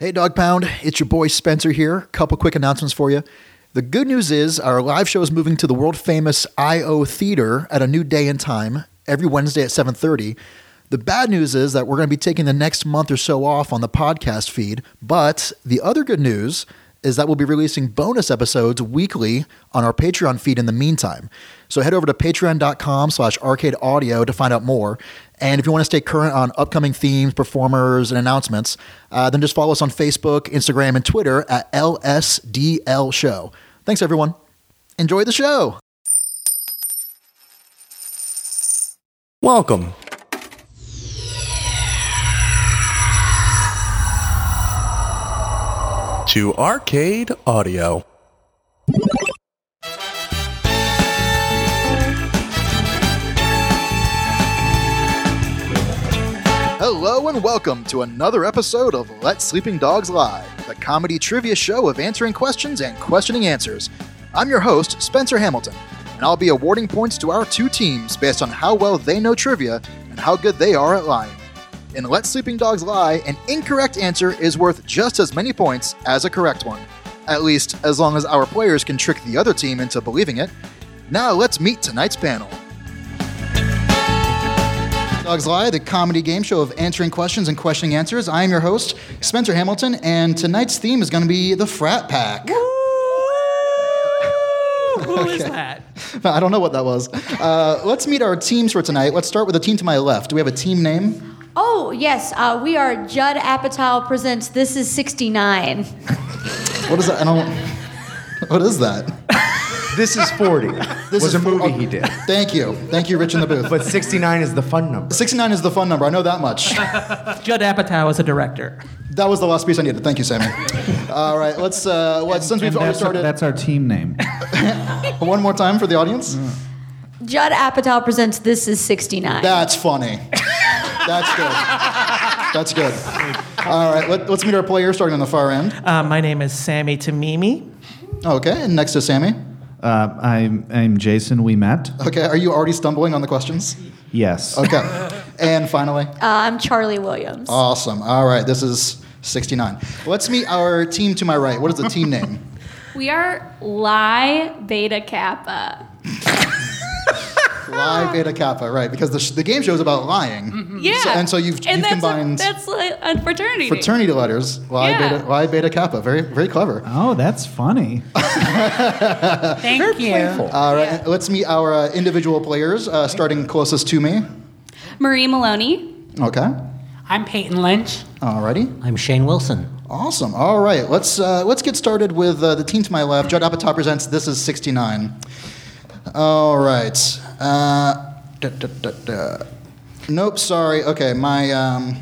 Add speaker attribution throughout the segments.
Speaker 1: Hey, Dog Pound. It's your boy Spencer here. Couple quick announcements for you. The good news is our live show is moving to the world famous IO Theater at a new day and time every Wednesday at 7:30. The bad news is that we're going to be taking the next month or so off on the podcast feed, but the other good news is that we'll be releasing bonus episodes weekly on our Patreon feed in the meantime. So head over to patreon.com slash arcade audio to find out more. And if you want to stay current on upcoming themes, performers, and announcements, uh, then just follow us on Facebook, Instagram, and Twitter at LSDL Show. Thanks, everyone. Enjoy the show.
Speaker 2: Welcome. To Arcade Audio.
Speaker 1: Hello and welcome to another episode of Let Sleeping Dogs Lie, the comedy trivia show of answering questions and questioning answers. I'm your host, Spencer Hamilton, and I'll be awarding points to our two teams based on how well they know trivia and how good they are at lying. In Let Sleeping Dogs Lie, an incorrect answer is worth just as many points as a correct one, at least as long as our players can trick the other team into believing it. Now let's meet tonight's panel. Dogs Lie, the comedy game show of answering questions and questioning answers. I am your host, Spencer Hamilton, and tonight's theme is going to be the frat pack.
Speaker 3: Who is that?
Speaker 1: I don't know what that was. Uh, let's meet our teams for tonight. Let's start with the team to my left. Do we have a team name?
Speaker 4: Oh, yes, uh, we are Judd Apatow presents This Is 69.
Speaker 1: What is that? I don't. What is that?
Speaker 5: This is 40.
Speaker 1: This
Speaker 5: This
Speaker 1: is
Speaker 5: was a
Speaker 1: for-
Speaker 5: movie he did.
Speaker 1: Thank you. Thank you, Rich in the booth.
Speaker 5: But 69 is the fun number.
Speaker 1: 69 is the fun number. I know that much.
Speaker 3: Judd Apatow is a director.
Speaker 1: That was the last piece I needed. Thank you, Sammy. All right, let's. Uh, what, since we've already
Speaker 6: That's,
Speaker 1: started,
Speaker 6: that's our team name.
Speaker 1: one more time for the
Speaker 5: Mm.
Speaker 1: audience.
Speaker 4: Judd Apatow presents This Is 69.
Speaker 1: That's funny. That's good. That's good. All right, let, us meet our player starting on the far end.
Speaker 3: Uh, my name is Sammy Tamimi.
Speaker 1: Okay, and next to Sammy.
Speaker 6: Uh, I'm, I'm Jason. We met.
Speaker 1: Okay, are you already stumbling on the questions?
Speaker 6: Yes.
Speaker 1: Okay. and finally,
Speaker 4: Uh, I'm Charlie Williams.
Speaker 1: awesome. All right, this is 69. Let's meet our team to my right. What is the team name?
Speaker 7: We are Lie Beta Kappa.
Speaker 1: Lie Beta Kappa, right? Because the, sh- the game show is about lying.
Speaker 7: Hmm. Yeah.
Speaker 1: So- and so you've- you've
Speaker 7: that's
Speaker 1: combined-
Speaker 7: A, that's a, a fraternity. name.
Speaker 1: Fraternity letters, Lie,
Speaker 7: Yeah.
Speaker 1: beta, Lie Beta Kappa. Very, very clever.
Speaker 6: Oh, that's funny.
Speaker 3: Thank you.
Speaker 1: All right, let's meet our uh, individual players, uh, starting closest to me.
Speaker 7: Marie Maloney.
Speaker 1: Okay.
Speaker 8: I'm Peyton Lynch.
Speaker 1: Alrighty.
Speaker 9: I'm Shane Wilson.
Speaker 1: Awesome. All right, let's uh, let's get started with uh, the team to my left. Judd Apatow presents This Is 69. All right. Uh, da, da, da, da. Nope, sorry. Okay, my um,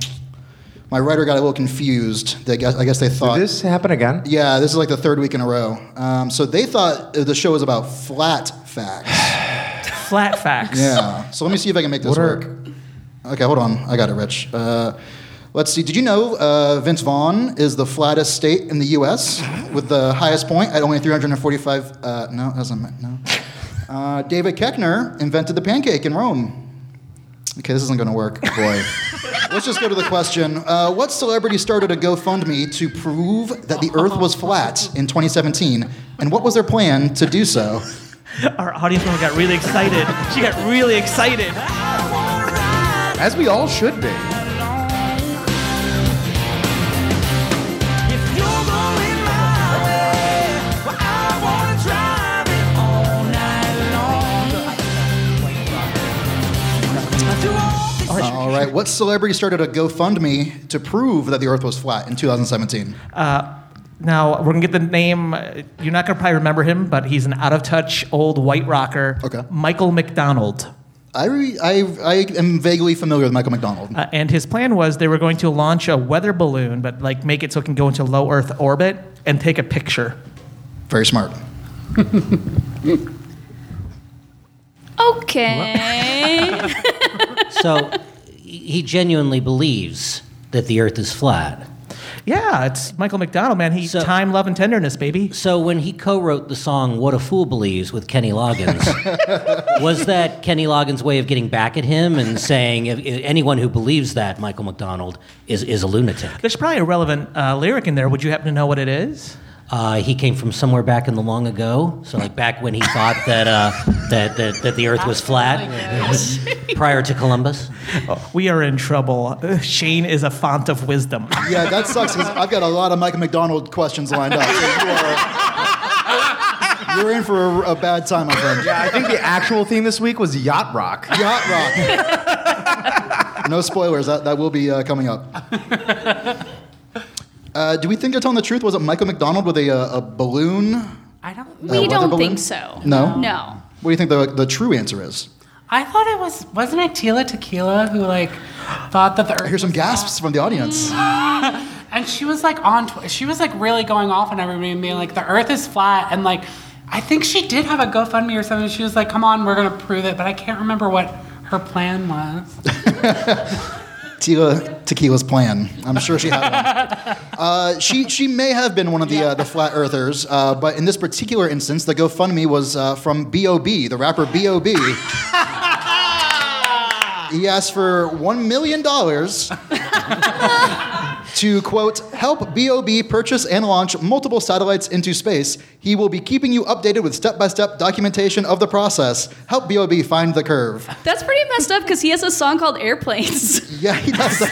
Speaker 1: my writer got a little confused. They, guess- I guess they thought.
Speaker 5: Did this happen again?
Speaker 1: yeah, this is like the third week in a row. Um, so they thought the show was about flat facts.
Speaker 3: Flat facts.
Speaker 1: Yeah. So let me see if I can make this
Speaker 5: What
Speaker 1: work.
Speaker 5: are,
Speaker 1: Okay, hold on. I got it, Rich. Uh, let's see. Did you know uh, Vince Vaughn is the flattest state in the U.S. with the highest point at only 345? Uh, no, that doesn't ma- no. Uh, David Keckner invented the pancake in Rome. Okay, this isn't going to work, boy. Let's just go to the question. Uh, what celebrity started a GoFundMe to prove that the Earth was flat in 2017, and what was their plan to do so?
Speaker 3: Our audience member got really excited. She got really excited.
Speaker 5: as we all should be.
Speaker 1: All right, what celebrity started a GoFundMe to prove that the Earth was flat in 2017?
Speaker 3: Now, we're going to get the name. uh, You're not going to probably remember him, but he's an out of touch old white rocker.
Speaker 1: Okay.
Speaker 3: Michael McDonald.
Speaker 1: I, re- I, I am vaguely familiar with Michael McDonald.
Speaker 3: Uh, and his plan was they were going to launch a weather balloon, but like make it so it can go into low Earth orbit and take a picture.
Speaker 1: Very smart.
Speaker 7: Okay.
Speaker 9: So he genuinely believes that the Earth is flat.
Speaker 3: Yeah, it's Michael McDonald, man. He
Speaker 9: So-
Speaker 3: time, love, and tenderness, baby.
Speaker 9: So when he co-wrote the song "What a Fool Believes" with Kenny Loggins, was that Kenny Loggins' way of getting back at him and saying "If- if anyone who believes that Michael McDonald is is a lunatic?
Speaker 3: There's probably a relevant uh, lyric in there. Would you happen to know what it is?
Speaker 9: Uh, he came from somewhere back in the long ago, so like back when he thought that uh, that, that that the Earth was flat, prior to Columbus.
Speaker 3: We are in trouble. Uh, Shane is a font of wisdom. Uh,
Speaker 1: Yeah, that sucks because I've got a lot of Michael McDonald questions lined up. So you are, you're in for a, a bad time, my friend.
Speaker 10: Yeah, I think the actual theme this week was yacht rock.
Speaker 1: Yacht rock. No spoilers. That, that will be uh, coming up. Uh, do we think they're telling the truth? Was it Michael McDonald with a, uh, a balloon?
Speaker 8: I don't.
Speaker 1: Uh,
Speaker 7: We
Speaker 1: weather
Speaker 7: don't
Speaker 1: balloon?
Speaker 7: think so.
Speaker 1: No?
Speaker 7: No.
Speaker 1: What do you think the, the true answer is?
Speaker 8: I thought it was. Wasn't it Tila Tequila who like thought that the
Speaker 1: I
Speaker 8: Earth?
Speaker 1: hear some
Speaker 8: was flat?
Speaker 1: gasps from the audience.
Speaker 8: And she was like on. Tw- she was like really going off on everybody and being like, "The Earth is flat," and like, I think she did have a GoFundMe or something. She was like, "Come on, we're gonna prove it," but I can't remember what her plan was.
Speaker 1: Tila Tequila's plan. I'm sure she had one. Uh, she she may have been one of the uh, the flat earthers, uh, but in this particular instance, the GoFundMe was uh, from B.O.B. the rapper B.O.B. he asked for one million dollars to quote help B.O.B. purchase and launch multiple satellites into space. He will be keeping you updated with step by step documentation of the process. Help B.O.B. find the curve.
Speaker 7: That's pretty messed up because he has a song called Airplanes.
Speaker 1: Yeah, he does.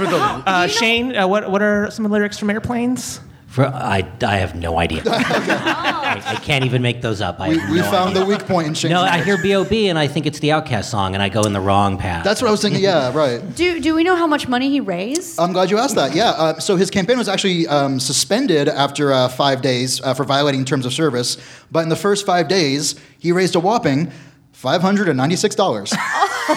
Speaker 3: Uh, Shane, uh, what, what are some lyrics from Airplanes?
Speaker 9: For, I, I have no idea. I, I can't even make those up. I
Speaker 1: we
Speaker 9: have
Speaker 1: we
Speaker 9: no
Speaker 1: found
Speaker 9: idea.
Speaker 1: the weak point in Shane's
Speaker 9: No, I
Speaker 1: knowledge.
Speaker 9: hear B.O.B. and I think it's the Outcast song, and I go in the wrong path.
Speaker 1: That's what I was thinking. Yeah, right.
Speaker 4: Do, do we know how much money he raised?
Speaker 1: I'm glad you asked that. Yeah. Uh, so his campaign was actually um, suspended after uh, five days uh, for violating terms of service. But in the first five days, he raised a whopping $596.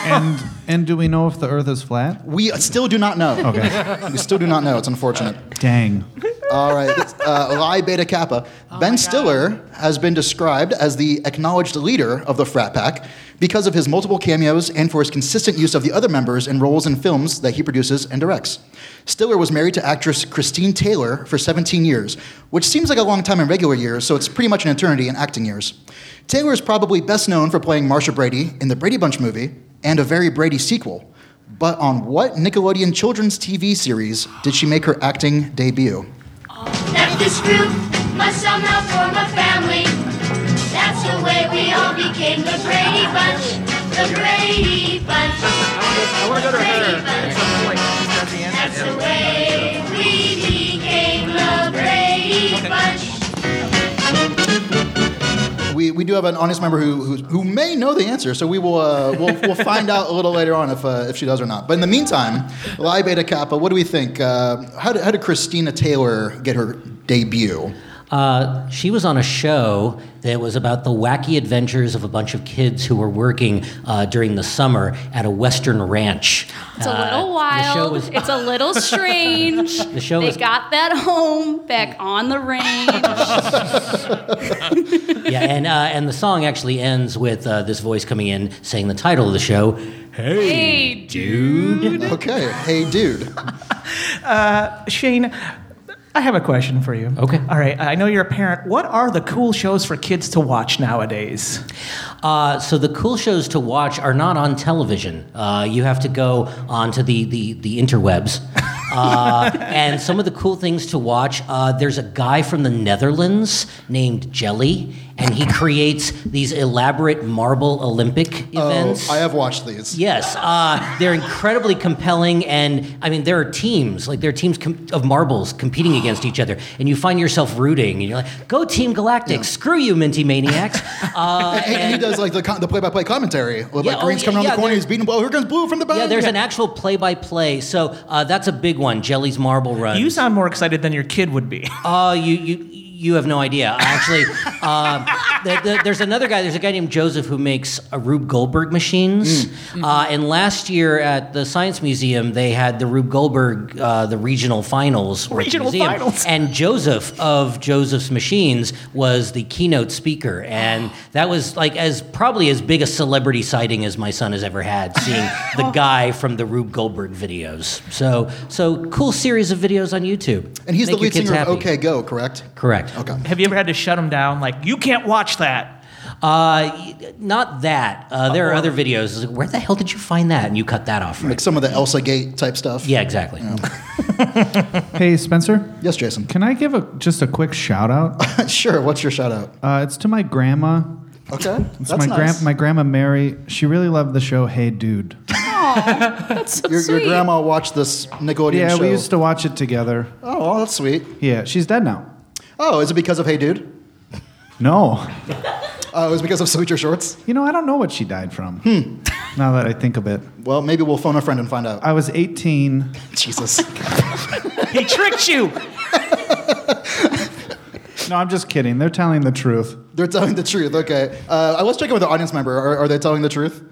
Speaker 6: and and do we know if the Earth is flat?
Speaker 1: we still do not know.
Speaker 6: Okay.
Speaker 1: We still do not know. It's unfortunate.
Speaker 6: Dang.
Speaker 1: All right. Uh, Lie Beta Kappa. ben Stiller has been described as the acknowledged leader of the frat pack because of his multiple cameos and for his consistent use of the other members in roles in films that he produces and directs. Stiller was married to actress Christine Taylor for 17 years, which seems like a long time in regular years, so it's pretty much an eternity in acting years. Taylor is probably best known for playing Marsha Brady in the Brady Bunch movie and a very Brady sequel. But on what Nickelodeon children's TV series did she make her acting debut?
Speaker 11: That this group must somehow form a family. That's the way we all became the Brady Bunch. The Brady Bunch. I want to go to her. That's the way we became the Brady Bunch.
Speaker 1: We, we do have an audience member who, who, who may know the answer, so we will uh, we'll, we'll find out a little later on if, uh, if she does or not. But in the meantime, Lie Beta Kappa, what do we think? Uh, how, did, how did Christina Taylor get her debut?
Speaker 9: Uh, she was on a show that was about the wacky adventures of a bunch of kids who were working uh, during the summer at a western ranch.
Speaker 7: It's a
Speaker 9: Uh,
Speaker 7: little
Speaker 9: The show
Speaker 7: wild.
Speaker 9: was
Speaker 7: it's a little strange.
Speaker 9: The show
Speaker 7: they
Speaker 9: was-
Speaker 7: got that home back on the range.
Speaker 9: yeah, and uh, and the song actually ends with uh, this voice coming in saying the title of the show.
Speaker 7: hey,
Speaker 9: Dude,
Speaker 1: Okay, hey dude.
Speaker 3: Shane, I have a question for you.
Speaker 9: Okay.
Speaker 3: All right. I know you're a parent. What are the cool shows for kids to watch nowadays?
Speaker 9: uh, so the cool shows to watch are not on television. Uh, you have to go onto the the, the interwebs. uh, and some of the cool things to watch. Uh, there's a guy from the Netherlands named Jelly, and he creates these elaborate marble Olympic events.
Speaker 1: Oh, I have watched these.
Speaker 9: Yes, uh, they're incredibly compelling, and I mean, there are teams like there are teams com- of marbles competing against each other, and you find yourself rooting, and you're like, "Go Team Galactic! Screw you, Minty Maniacs!" Uh,
Speaker 1: And, and he does like the, con- the play-by-play commentary. Like
Speaker 9: Yeah, oh,
Speaker 1: Green's coming around
Speaker 9: yeah, yeah,
Speaker 1: the corner,
Speaker 9: there-
Speaker 1: he's beating blow. Here comes Blue from the back.
Speaker 9: yeah, there's an actual play-by-play, so uh, that's a big one. Jelly's marble run.
Speaker 3: You sound more excited than your kid would be.
Speaker 9: Uh, you you. you have no idea. Actually, uh, the, the, there's another guy. There's a guy named Joseph who makes uh, Rube Goldberg machines.
Speaker 1: Mm.
Speaker 9: Uh, and last year at the Science Museum, they had the Rube Goldberg uh, the regional finals. or at the
Speaker 3: Regional
Speaker 9: museum.
Speaker 3: finals.
Speaker 9: And Joseph of Joseph's Machines was the keynote speaker, and that was like as probably as big a celebrity sighting as my son has ever had. Seeing the guy from the Rube Goldberg videos. So so cool series of videos on YouTube.
Speaker 1: And he's
Speaker 9: Make
Speaker 1: the
Speaker 9: your
Speaker 1: lead
Speaker 9: kids
Speaker 1: singer
Speaker 9: happy.
Speaker 1: of OK Go, correct?
Speaker 9: Correct.
Speaker 1: Okay.
Speaker 3: Have you ever had to shut him down? Like, you can't watch that.
Speaker 9: Uh, y- not that. Uh, there are other videos. It's like, Where the hell did you find that? And you cut that off. Right?
Speaker 1: Like some of the Elsa Gate type stuff.
Speaker 9: Yeah, exactly.
Speaker 6: Hey, Spencer,
Speaker 1: Yes, Jason.
Speaker 6: can I give a just a quick shout out?
Speaker 1: sure. What's your shout out?
Speaker 6: Uh, it's to my grandma.
Speaker 1: Okay.
Speaker 6: It's
Speaker 1: That's
Speaker 6: my
Speaker 1: nice.
Speaker 6: my grandma Mary. She really loved the show Hey Dude.
Speaker 7: That's so
Speaker 1: your, your
Speaker 7: sweet.
Speaker 1: grandma watched this Nickelodeon
Speaker 6: yeah,
Speaker 1: show.
Speaker 6: we used to watch it together.
Speaker 1: oh, well, that's sweet.
Speaker 6: Yeah, she's dead now.
Speaker 1: Oh, is it because of Hey Dude?
Speaker 6: No,
Speaker 1: Oh, it was because of Sweet Your Shorts?
Speaker 6: you know I don't know what she died from. Hmm. Now that I think of it,
Speaker 1: Well, maybe we'll phone a friend and find out.
Speaker 6: I was 18.
Speaker 1: Jesus.
Speaker 3: He tricked you.
Speaker 6: No, I'm just kidding. They're telling the truth.
Speaker 1: They're telling the truth. Okay. Uh, let's check in with the audience member. Are, are they telling the
Speaker 8: Um,
Speaker 1: truth?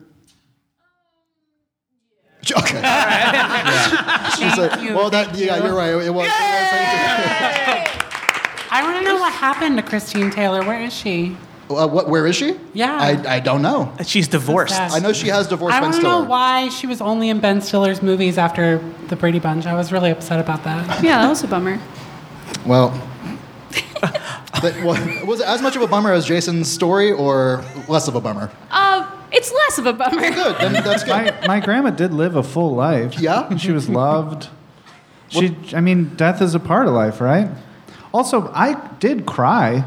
Speaker 1: Okay. She's like, well, that, yeah, you're right. It was.
Speaker 8: I want to know what happened to Christine Taylor. Where is she?
Speaker 1: Uh, what, where is she?
Speaker 8: Yeah.
Speaker 1: I, I don't know.
Speaker 3: She's divorced.
Speaker 8: Sad.
Speaker 1: I know she has divorced
Speaker 8: I
Speaker 1: Ben
Speaker 8: want to
Speaker 1: Stiller.
Speaker 8: know why she was only in Ben Stiller's movies after the Brady Bunch. I was really upset about that.
Speaker 7: Yeah, that was a bummer.
Speaker 1: Well, that, well, was it as much of a bummer as Jason's story or less of a bummer?
Speaker 7: Uh, it's less of a bummer.
Speaker 1: Good. Then that's good.
Speaker 6: My, my grandma did live a full life.
Speaker 1: Yeah?
Speaker 6: she was loved. She, I mean, death is a part of life, right? Also, I did cry.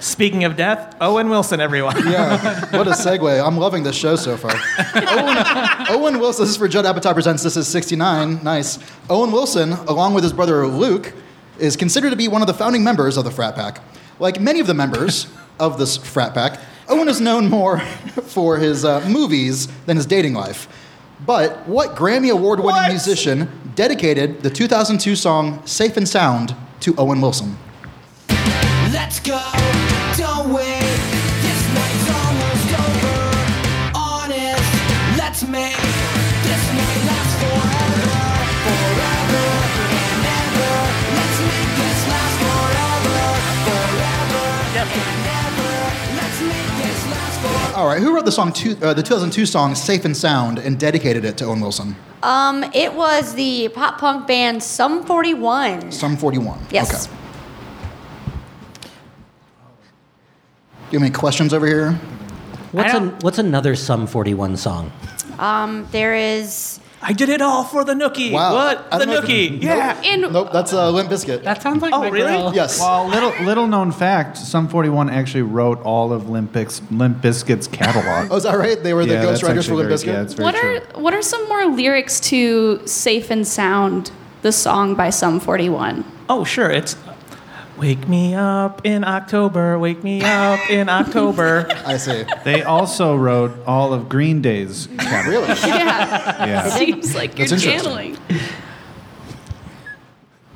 Speaker 3: Speaking of death, Owen Wilson, everyone.
Speaker 1: Yeah, what a segue. I'm loving this show so far. Owen, Owen Wilson, this is for Judd Apatow Presents. This is 69. Nice. Owen Wilson, along with his brother Luke, is considered to be one of the founding members of the frat pack. Like many of the members of this frat pack, Owen is known more for his uh, movies than his dating life. But what Grammy Award winning musician dedicated the 2002 song Safe and Sound to Owen Wilson?
Speaker 12: Let's go, don't wait. This night's almost over. Honest, let's make this night last forever. Forever and ever. Let's make this last forever. Forever and ever. Let's make this last forever.
Speaker 1: All right, who wrote the song, two, uh, the 2002 song Safe and Sound, and dedicated it to Owen Wilson?
Speaker 4: Um, it was the pop punk band Sum 41.
Speaker 1: Some 41.
Speaker 4: Yes.
Speaker 1: Okay. Do you have any questions over here?
Speaker 9: What's
Speaker 3: I
Speaker 9: an,
Speaker 3: don't-
Speaker 9: what's another Sum 41 song?
Speaker 4: Um, there is.
Speaker 3: I did it all for the nookie.
Speaker 1: Wow.
Speaker 3: What?
Speaker 1: I
Speaker 3: The
Speaker 1: don't know if you-
Speaker 3: nookie. Yeah.
Speaker 7: In
Speaker 1: Nope, that's uh, Limp Biscuit.
Speaker 8: That sounds like
Speaker 3: Oh,
Speaker 8: my
Speaker 3: really?
Speaker 8: girl.
Speaker 1: yes.
Speaker 6: Well, little little known fact: Sum 41 actually wrote all of Limp, Biz- Limp Bizkit's catalog.
Speaker 1: oh, is that right? They were the
Speaker 6: Yeah, that's
Speaker 1: ghostwriters for
Speaker 6: actually
Speaker 1: Limp
Speaker 6: very-
Speaker 1: Biscuit?
Speaker 6: yeah, it's very
Speaker 7: what
Speaker 6: true.
Speaker 7: are what are some more lyrics to "Safe and Sound"? The song by Sum 41.
Speaker 3: Oh, sure. It's Wake Me Up in October. Wake Me Up in October.
Speaker 1: I see.
Speaker 6: They also wrote all of Green Day's catalog.
Speaker 1: Really?
Speaker 7: Yeah,
Speaker 6: Yeah.
Speaker 7: seems like you're
Speaker 1: That's interesting.
Speaker 7: channeling.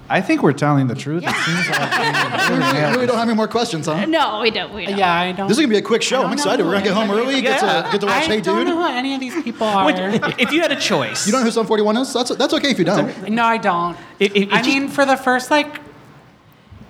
Speaker 6: I think we're telling the truth. It seems like
Speaker 1: we really don't have any more questions, huh?
Speaker 7: No, we don't. We don't.
Speaker 8: Yeah, I don't.
Speaker 1: This is going to be a quick show. I'm
Speaker 8: don't
Speaker 1: excited.
Speaker 8: know.
Speaker 1: We're going to get home early, get, to,
Speaker 3: Yeah.
Speaker 1: get to watch
Speaker 8: I
Speaker 1: Hey
Speaker 8: don't
Speaker 1: Dude.
Speaker 8: know who any of these people are.
Speaker 3: Wait, if you had a choice,
Speaker 1: You don't know who Some 41 is? That's, that's okay if you don't.
Speaker 8: No, I don't.
Speaker 3: It- it- it
Speaker 8: I
Speaker 3: just-
Speaker 8: mean, for the first like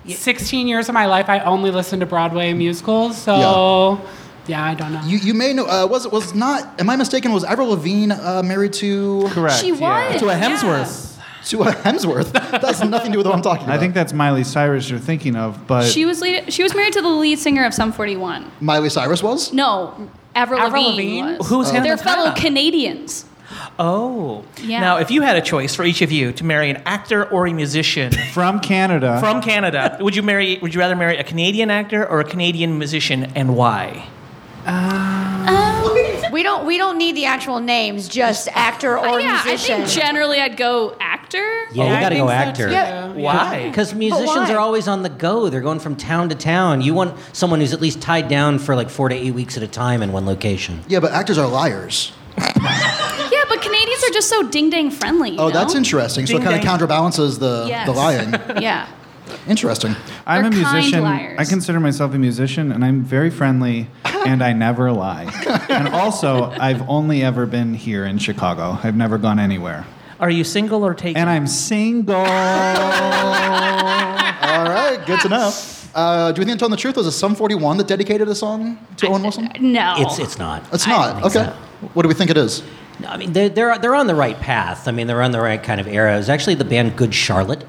Speaker 8: 16 years of my life, I only listened to Broadway musicals. So, yeah, I don't know.
Speaker 1: You, you may know, uh, was, was not, am I mistaken, was Avril Lavigne uh, married to,
Speaker 6: correct.
Speaker 7: She
Speaker 6: yeah.
Speaker 7: was.
Speaker 3: to a Hemsworth.
Speaker 1: to uh, Hemsworth? That has nothing to do with what I'm talking about.
Speaker 6: I think that's Miley Cyrus you're thinking of, but
Speaker 7: She was lead, she was married to the lead singer of Sum 41.
Speaker 1: Miley Cyrus was?
Speaker 7: No, Avril,
Speaker 8: Avril
Speaker 7: Lavigne.
Speaker 8: Lavigne?
Speaker 7: was.
Speaker 3: Who's Hannah
Speaker 7: They're
Speaker 3: Montana?
Speaker 7: fellow Canadians.
Speaker 3: Oh.
Speaker 7: Yeah.
Speaker 3: Now, if you had a choice for each of you to marry an actor or a musician
Speaker 6: from Canada.
Speaker 3: from Canada, would you marry? Would you rather marry a Canadian actor or a Canadian musician, and why?
Speaker 4: We don't. We don't need the actual names. Just actor or
Speaker 7: Uh, yeah, I
Speaker 4: musician.
Speaker 7: think generally I'd go actor.
Speaker 9: Yeah,
Speaker 8: Yeah,
Speaker 9: you
Speaker 8: I
Speaker 9: Oh, gotta
Speaker 8: think
Speaker 9: go
Speaker 8: so,
Speaker 9: actor.
Speaker 8: too. Yeah.
Speaker 3: Why?
Speaker 9: Because musicians
Speaker 4: why?
Speaker 9: are always on the go. They're going from town to town. You want someone who's at least tied down for like four to eight weeks at a time in one location.
Speaker 1: Yeah, but actors are liars.
Speaker 7: Yeah, but Canadians are just so ding dang friendly. you
Speaker 1: Oh, that's
Speaker 7: know?
Speaker 1: interesting. so it
Speaker 3: Ding
Speaker 1: kind of
Speaker 3: dang.
Speaker 1: counterbalances the,
Speaker 7: Yes.
Speaker 1: the lying.
Speaker 7: Yeah.
Speaker 1: Interesting.
Speaker 6: I'm
Speaker 7: They're
Speaker 6: a
Speaker 7: kind
Speaker 6: musician.
Speaker 7: liars.
Speaker 6: I consider myself a musician, and I'm very friendly, and I never lie. and also, I've only ever been here in Chicago. I've never gone anywhere.
Speaker 3: Are you single or taken?
Speaker 6: And I'm single.
Speaker 1: All right, good to know. Uh, do we think Telling the Truth was a Sum 41 that dedicated a song to Owen Wilson?
Speaker 7: No.
Speaker 9: It's it's not.
Speaker 1: It's not. Okay. What do we think it is?
Speaker 9: No, I mean, they're, they're they're on the right path. I mean, they're on the right kind of era. It was actually the band Good Charlotte.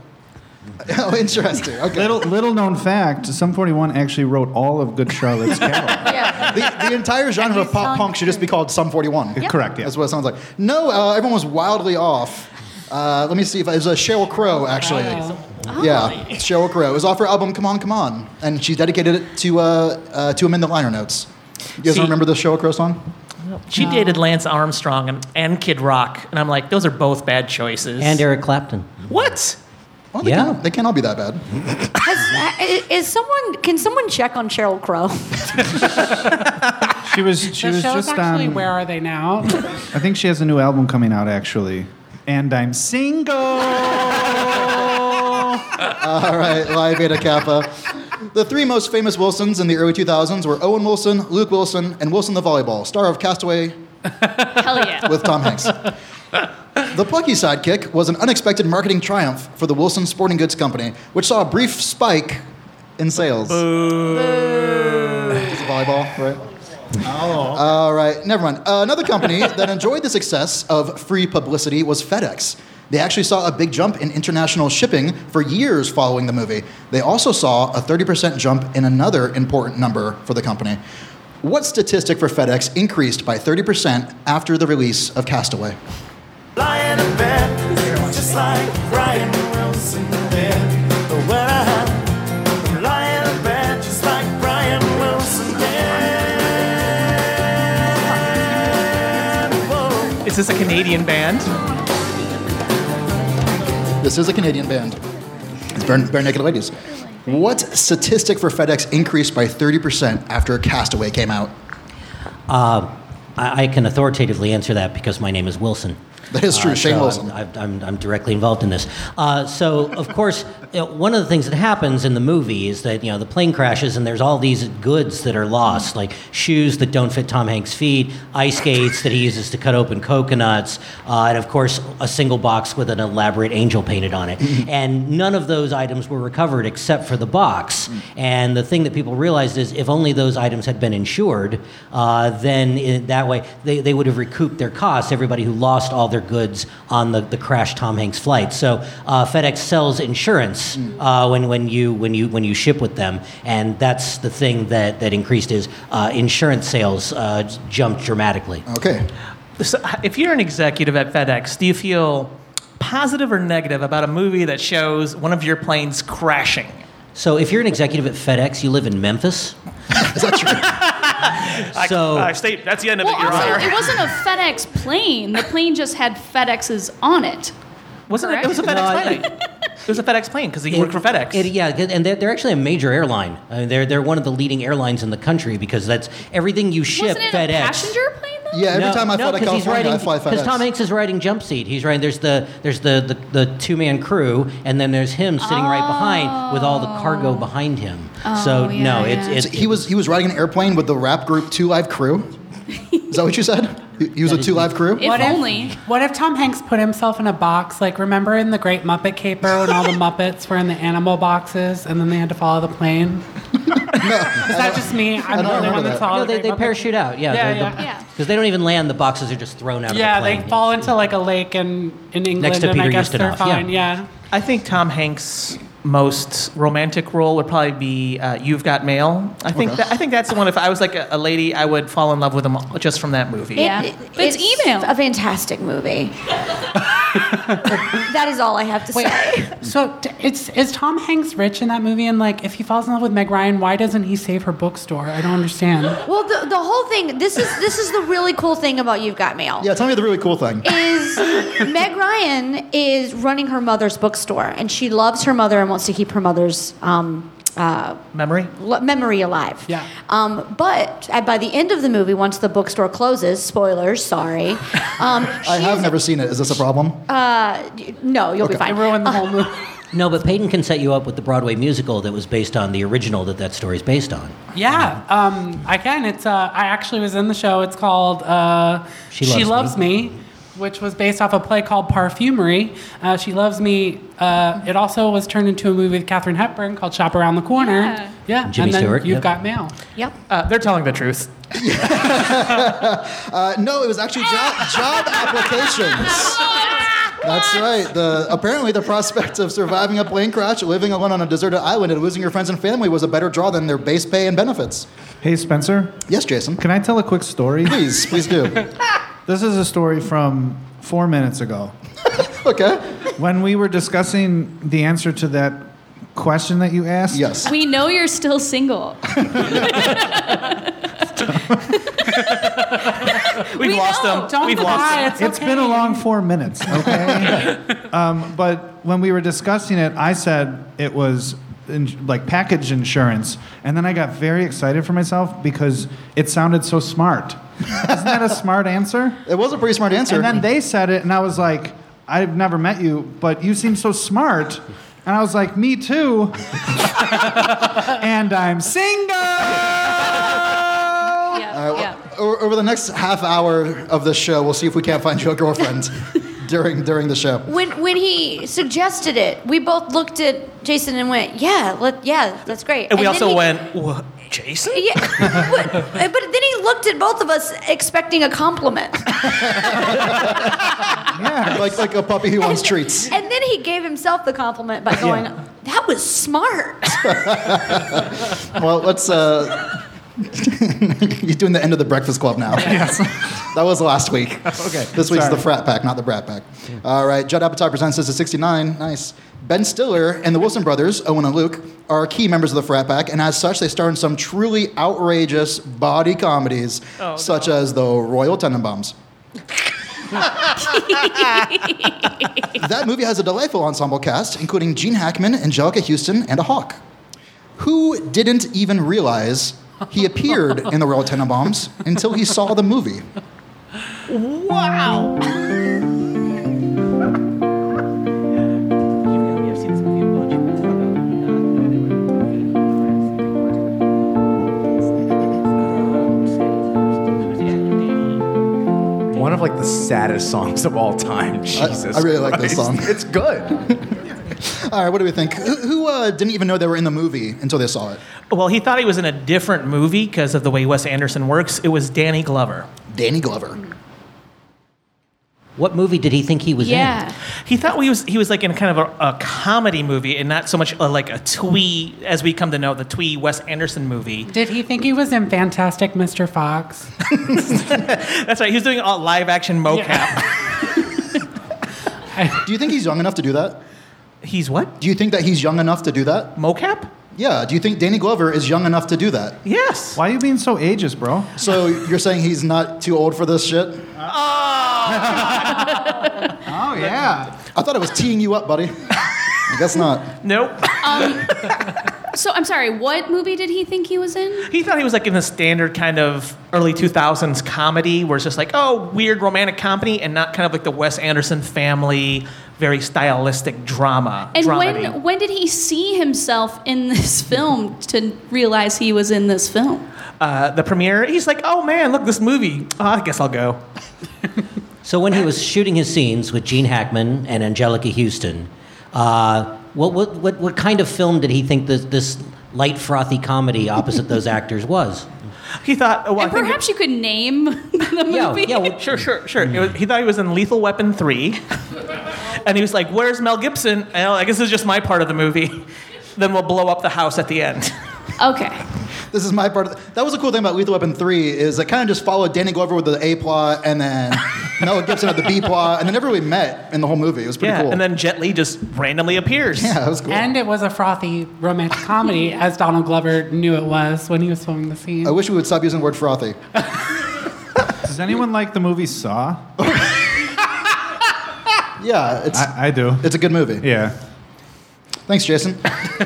Speaker 1: oh, interesting. Okay.
Speaker 6: Little little known fact: Sum 41 actually wrote all of Good Charlotte's catalog.
Speaker 1: The, the entire genre of pop punk should just be called Sum 41.
Speaker 6: Yeah. Correct, yeah.
Speaker 1: That's what it sounds like. No, uh, everyone was wildly off. Uh, let me see if it was uh, Cheryl Crow, actually. Yeah, it's Cheryl Crow. It was off her album Come On, Come On. And she dedicated it to, uh, uh, to him in the liner notes. You guys
Speaker 3: See-
Speaker 1: remember the Cheryl Crow song?
Speaker 3: She dated Lance Armstrong and, and Kid Rock, and I'm like, those are both bad choices.
Speaker 9: And Eric Clapton.
Speaker 3: What?
Speaker 1: Well, they,
Speaker 9: Yeah.
Speaker 1: can't, they can't all be that bad.
Speaker 4: Has- uh, is someone? Can someone check on Cheryl Crow?
Speaker 6: She was she
Speaker 8: the
Speaker 6: was
Speaker 8: show's
Speaker 6: just um,
Speaker 8: actually
Speaker 6: on.
Speaker 8: Where Are They Now?
Speaker 6: I think she has a new album coming out actually, and I'm single.
Speaker 1: All right, Lie Beta Kappa. The three most famous Wilsons in the early 2000s were Owen Wilson, Luke Wilson, and Wilson the Volleyball, star of Castaway
Speaker 7: Hell yeah.
Speaker 1: with Tom Hanks. The plucky sidekick was an unexpected marketing triumph for the Wilson Sporting Goods Company, which saw a brief spike in sales. It's a volleyball, right? All right, never mind. Uh, another company that enjoyed the success of free publicity was FedEx. They actually saw a big jump in international shipping for years following the movie. They also saw a 30% jump in another important number for the company. What statistic for FedEx increased by 30% after the release of Castaway?
Speaker 12: Lying in bed, just like Brian Wilson did. But when I had, I'm lying in bed, just like Brian Wilson did. Whoa.
Speaker 3: Is this a Canadian band?
Speaker 1: This is a Canadian band. It's Bare, Bare Naked Ladies. What statistic for FedEx increased by 30% after Castaway came out?
Speaker 9: Uh, I, I can authoritatively answer that because my name is Wilson.
Speaker 1: That is true, Shane
Speaker 9: Uh, so
Speaker 1: Wilson.
Speaker 9: I'm, I'm, I'm directly involved in this. Uh, so, of course, you know, one of the things that happens in the movie is that you know the plane crashes and there's all these goods that are lost, like shoes that don't fit Tom Hanks' feet, ice skates that he uses to cut open coconuts, uh, and of course, a single box with an elaborate angel painted on it. and none of those items were recovered except for the box. And the thing that people realized is if only those items had been insured, uh, then in that way they, they would have recouped their costs, everybody who lost all their goods on the, the crashed Tom Hanks flight. So uh, FedEx sells insurance uh, when, when, you, when, you, when you ship with them. And that's the thing that, that increased is uh, insurance sales uh, j- jumped dramatically.
Speaker 1: Okay.
Speaker 3: So, uh, if you're an executive at FedEx, do you feel positive or negative about a movie that shows one of your planes crashing?
Speaker 9: So if you're an executive at FedEx, you live in Memphis.
Speaker 1: Is that true?
Speaker 9: So
Speaker 3: state that's the end
Speaker 7: Well, also, it wasn't a FedEx plane. The plane just had FedEx's on it.
Speaker 3: Wasn't it? It was a FedEx
Speaker 9: No,
Speaker 3: plane. It was a FedEx plane because he worked for FedEx.
Speaker 9: It- yeah, and they're, they're actually a major airline. I mean, they're they're one of the leading airlines in the country because that's everything you ship
Speaker 7: Wasn't it
Speaker 9: FedEx.
Speaker 7: a passenger plane though?
Speaker 1: Yeah, every
Speaker 9: No,
Speaker 1: time I
Speaker 9: no,
Speaker 1: fly to
Speaker 9: 'cause he's
Speaker 1: California, I
Speaker 9: riding-
Speaker 1: fly FedEx.
Speaker 9: Tom Hanks is riding jump seat. He's riding. There's the there's the the, the two man crew, and then there's him sitting right behind with all the cargo behind him. so
Speaker 7: Oh. yeah,
Speaker 9: no, it's
Speaker 7: yeah.
Speaker 9: it's
Speaker 1: So he was he was riding an airplane with the rap group Two Live Crew. Is that what you said? He he was with Two Live Crew.
Speaker 7: If
Speaker 8: What if-
Speaker 7: only.
Speaker 8: What if Tom Hanks put himself in a box? Like, remember in The Great Muppet Caper when all the Muppets were in the animal boxes and then they had to follow the plane? Is that just me? I'm the
Speaker 1: don't
Speaker 8: only
Speaker 1: remember
Speaker 8: one
Speaker 1: that.
Speaker 8: that's all
Speaker 9: no, they, they parachute out. Yeah,
Speaker 8: Yeah,
Speaker 9: the- the-
Speaker 7: yeah.
Speaker 9: Because they don't even land. The boxes are just thrown out
Speaker 8: Yeah,
Speaker 9: of the plane.
Speaker 8: they fall into like a lake in, in England
Speaker 9: to
Speaker 8: and I
Speaker 9: Peter
Speaker 8: guess they're
Speaker 9: Ustinov, yeah.
Speaker 8: fine. Yeah.
Speaker 3: I think Tom Hanks' most romantic role would probably be uh, "You've Got Mail." I think that, I think that's the one. If I was like a, a lady, I would fall in love with him just from that movie.
Speaker 7: Yeah. But it's email.
Speaker 4: A fantastic movie. that is all I have to say.
Speaker 8: So t- it's is Tom Hanks rich in that movie? And like, if he falls in love with Meg Ryan, why doesn't he save her bookstore? I don't understand.
Speaker 4: Well, the, the whole thing. This is this is the really cool thing about You've Got Mail.
Speaker 1: Yeah, tell me the really cool thing.
Speaker 4: is Meg Ryan is running her mother's bookstore, and she loves her mother and wants to keep her mother's um, uh,
Speaker 3: Memory.
Speaker 4: lo- memory alive.
Speaker 8: Yeah.
Speaker 4: Um, but at, by the end of the movie, once the bookstore closes, spoilers, sorry. Um,
Speaker 1: I have never seen it. Is this a problem?
Speaker 4: uh, no, you'll be
Speaker 8: They
Speaker 4: fine.
Speaker 8: ruined the whole movie.
Speaker 9: No, but Peyton can set you up with the Broadway musical that was based on the original that that story's based on.
Speaker 8: Yeah, um, I can. It's uh, I actually was in the show. It's called uh,
Speaker 9: She Loves
Speaker 8: Me. which was based off a play called Parfumery. Uh, she Loves Me. Uh, it also was turned into a movie with Katherine Hepburn called Shop Around the Corner. Yeah,
Speaker 9: And Jimmy
Speaker 8: then
Speaker 9: Stewart,
Speaker 8: You've
Speaker 9: yep.
Speaker 8: got mail.
Speaker 4: Yep.
Speaker 3: Uh, they're telling the truth.
Speaker 1: Uh, no, it was actually job, job applications. That's right. The, apparently, the prospect of surviving a plane crash, living alone on a deserted island, and losing your friends and family was a better draw than their base pay and benefits.
Speaker 6: Hey, Spencer.
Speaker 1: Yes, Jason.
Speaker 6: Can I tell a quick story?
Speaker 1: Please, please do.
Speaker 6: this is a story from four minutes ago.
Speaker 1: okay.
Speaker 6: When we were discussing the answer to that question that you asked.
Speaker 1: Yes.
Speaker 7: We know you're still single.
Speaker 3: We've lost them.
Speaker 8: Don't
Speaker 3: We've lost
Speaker 8: lie.
Speaker 3: them.
Speaker 8: Oh, It's
Speaker 6: It's
Speaker 8: okay.
Speaker 6: been a long four minutes, okay? um, but when we were discussing it, I said it was in, like package insurance, and then I got very excited for myself because it sounded so smart. Isn't that a smart answer?
Speaker 1: It was a pretty smart answer.
Speaker 6: And then they said it, and I was like, I've never met you, but you seem so smart. And I was like, me too. and I'm single.
Speaker 1: All right, well, Uh, o- Over the next half hour of this show, we'll see if we can't find you a girlfriend during during the show.
Speaker 4: When when he suggested it, we both looked at Jason and went, "Yeah, let yeah, that's great."
Speaker 3: And we
Speaker 4: then
Speaker 3: also
Speaker 4: he-
Speaker 3: went, what, Jason?
Speaker 4: Yeah, but, but then he looked at both of us expecting a compliment,
Speaker 1: Like like a puppy who wants treats.
Speaker 4: and then he gave himself the compliment by going, "That was smart."
Speaker 1: Well, let's. Uh, you're doing the end of the Breakfast Club now. Yes. that was last week. Okay. This week's
Speaker 6: sorry.
Speaker 1: the Frat Pack, not the Brat Pack. All right. Judd Apatow presents this at 69. Nice. Ben Stiller and the Wilson brothers, Owen and Luke, are key members of the Frat Pack, and as such, they star in some truly outrageous body comedies, such as the Royal Tenenbaums. that movie has a delightful ensemble cast, including Gene Hackman, Angelica Houston, and a hawk, who didn't even realize he appeared in the Royal Tenenbaums until he saw the movie.
Speaker 3: Wow.
Speaker 5: One of like the saddest songs of all time. Jesus.
Speaker 1: I really like this
Speaker 5: Christ.
Speaker 1: song.
Speaker 5: It's good.
Speaker 1: All right, what do we think? Who, who uh, didn't even know they were in the movie until they saw it?
Speaker 3: Well, he thought he was in a different movie because of the way Wes Anderson works. It was Danny Glover.
Speaker 1: Danny Glover.
Speaker 9: What movie did he think he was
Speaker 7: yeah.
Speaker 3: He thought we was he was like in kind of a, a comedy movie and not so much uh like a twee as we come to know the twee Wes Anderson movie.
Speaker 8: Did he think he was in Fantastic Mr. Fox?
Speaker 3: That's right. He was doing all live action mocap.
Speaker 1: Do you think he's young enough to do that?
Speaker 3: He's what?
Speaker 1: Do you think that he's young enough to do that?
Speaker 3: Mocap?
Speaker 1: Yeah, do you think Danny Glover is young enough to do that?
Speaker 3: Yes.
Speaker 6: Why are you being so ageist, bro?
Speaker 1: So you're saying he's not too old for this shit?
Speaker 6: Oh, yeah.
Speaker 1: I thought I was teeing you up, buddy. I guess not.
Speaker 3: Nope.
Speaker 7: So I'm sorry, what movie did he think he was in?
Speaker 3: He thought he was like in the standard kind of early 2000s comedy where it's just like, oh, weird romantic comedy and not kind of like the Wes Anderson family, very stylistic drama.
Speaker 7: And
Speaker 3: dramedy.
Speaker 7: when when did he see himself in this film to realize he was in this film?
Speaker 3: uh, the premiere, he's like, oh man, look, this movie. Oh, I guess I'll go.
Speaker 9: in? So when he was shooting his scenes with Gene Hackman and Angelica Houston, uh, what, what, what, what kind of film did he think this, this light, frothy comedy opposite those actors was?
Speaker 3: He thought, oh, well, I
Speaker 7: And
Speaker 3: think it-
Speaker 7: perhaps you could name the
Speaker 9: Yeah,
Speaker 7: movie.
Speaker 9: yeah, well,
Speaker 3: Sure, sure, sure. It was, Mm. he thought he was in Lethal Weapon 3. and he was like, Where's Mel Gibson? And I'm like, this is just my part of the movie. then we'll blow up the house at the end.
Speaker 7: Okay.
Speaker 1: This is my part of the, that was a cool thing about Lethal Weapon 3 is it kind of just followed Danny Glover with the A plot and then Mel Gibson had the B plot and they never really met in the whole movie. It was pretty
Speaker 3: yeah.
Speaker 1: cool.
Speaker 3: And then Jet Li just randomly appears.
Speaker 1: yeah, it was cool.
Speaker 8: And it was a frothy romantic comedy, as Donald Glover knew it was when he was filming the scene.
Speaker 1: I wish we would stop using the word frothy.
Speaker 6: Does anyone like the movie Saw?
Speaker 1: Yeah, it's
Speaker 6: I, I do.
Speaker 1: it's a good movie.
Speaker 6: Yeah.
Speaker 1: Thanks, Jason.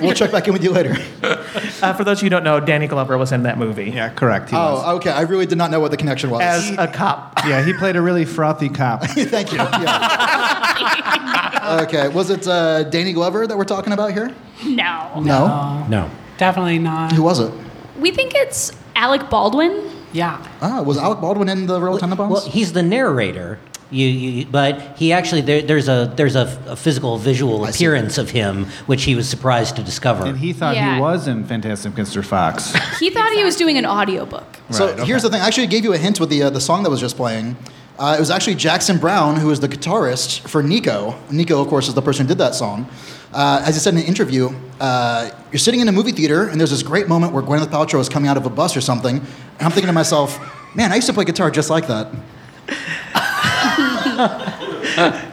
Speaker 1: We'll check back in with you later.
Speaker 3: Uh, for those who don't know, Danny Glover was in that movie
Speaker 6: Yeah, correct. He was.
Speaker 1: Oh, okay. I really did not know what the connection was.
Speaker 3: as a cop.
Speaker 6: Yeah, he played a really frothy cop.
Speaker 1: Thank you. Yeah. Okay, was it uh, Danny Glover that we're talking about here?
Speaker 7: No.
Speaker 1: No.
Speaker 9: No.
Speaker 8: Definitely not.
Speaker 1: Who was it?
Speaker 7: We think it's Alec Baldwin.
Speaker 8: Yeah.
Speaker 1: Ah, was Alec Baldwin in the Royal Tenenbaums?
Speaker 9: Well, he's the narrator. You, you, but he actually there, there's a there's a, a physical visual appearance of him, which he was surprised to discover. And
Speaker 6: he thought
Speaker 7: Yeah.
Speaker 6: he was in Fantastic Mr. Fox.
Speaker 7: He thought he was doing an audiobook.
Speaker 1: So here's the thing. I actually gave you a hint with the uh, the song that was just playing. Uh, it was actually Jackson Brown, who is the guitarist for Nico. Nico, of course, is the person who did that song. Uh, as he said in an interview, uh, you're sitting in a movie theater, and there's this great moment where Gwyneth Paltrow is coming out of a bus or something, and I'm thinking to myself, man, I used to play guitar just like that.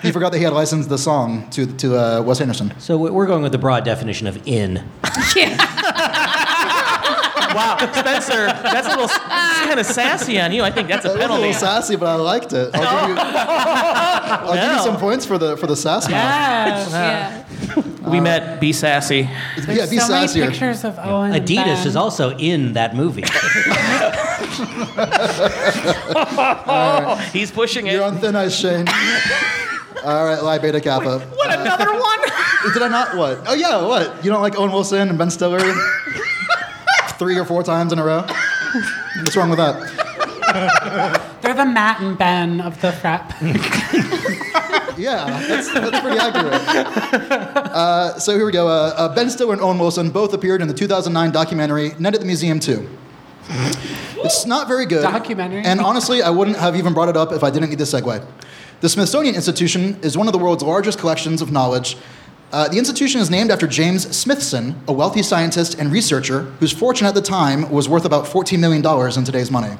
Speaker 1: he forgot that he had licensed the song to to uh, Wes Anderson.
Speaker 9: So we're going with the broad definition of in.
Speaker 3: wow, Spencer, that's a little kind of sassy on you. I think that's a
Speaker 1: That was a
Speaker 3: penalty.
Speaker 1: little sassy, but I liked it. I'll give you, I'll give you some points for the for the sass. mouth.
Speaker 3: Uh, We met Be Sassy.
Speaker 1: yeah, be
Speaker 8: so many
Speaker 1: sassier.
Speaker 8: pictures of Owen. and
Speaker 9: Adidas
Speaker 8: Ben.
Speaker 9: is also in that movie.
Speaker 3: He's pushing it.
Speaker 1: You're on thin ice, Shane. All right, Lie Beta Kappa.
Speaker 3: What another one?
Speaker 1: Did I not what? Oh yeah, what? You don't like Owen Wilson and Ben Stiller three or four times in a row? What's wrong with that?
Speaker 8: They're the Matt and Ben of the frat.
Speaker 1: Yeah, that's, that's pretty accurate. Uh, so here we go. Uh, uh, ben Stiller and Owen Wilson both appeared in the 2009 documentary Night at the Museum 2. It's not very good.
Speaker 8: Documentary.
Speaker 1: And honestly, I wouldn't have even brought it up if I didn't need this segue. The Smithsonian Institution is one of the world's largest collections of knowledge. Uh, the institution is named after James Smithson, a wealthy scientist and researcher whose fortune at the time was worth about $14 million in today's money.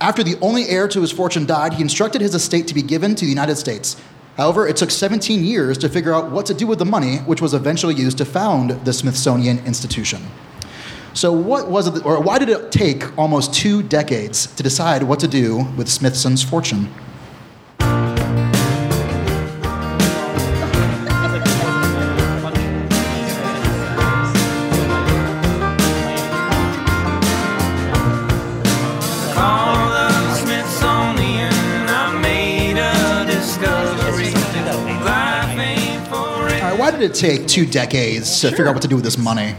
Speaker 1: After the only heir to his fortune died, he instructed his estate to be given to the United States. However, it took 17 years to figure out what to do with the money, which was eventually used to found the Smithsonian Institution. So, what was it, or why did it take almost two decades to decide what to do with Smithson's fortune?
Speaker 12: Call up Smithsonian, I made a discovery. Life ain't
Speaker 1: All right, why did it take two decades to figure out what to do with this money?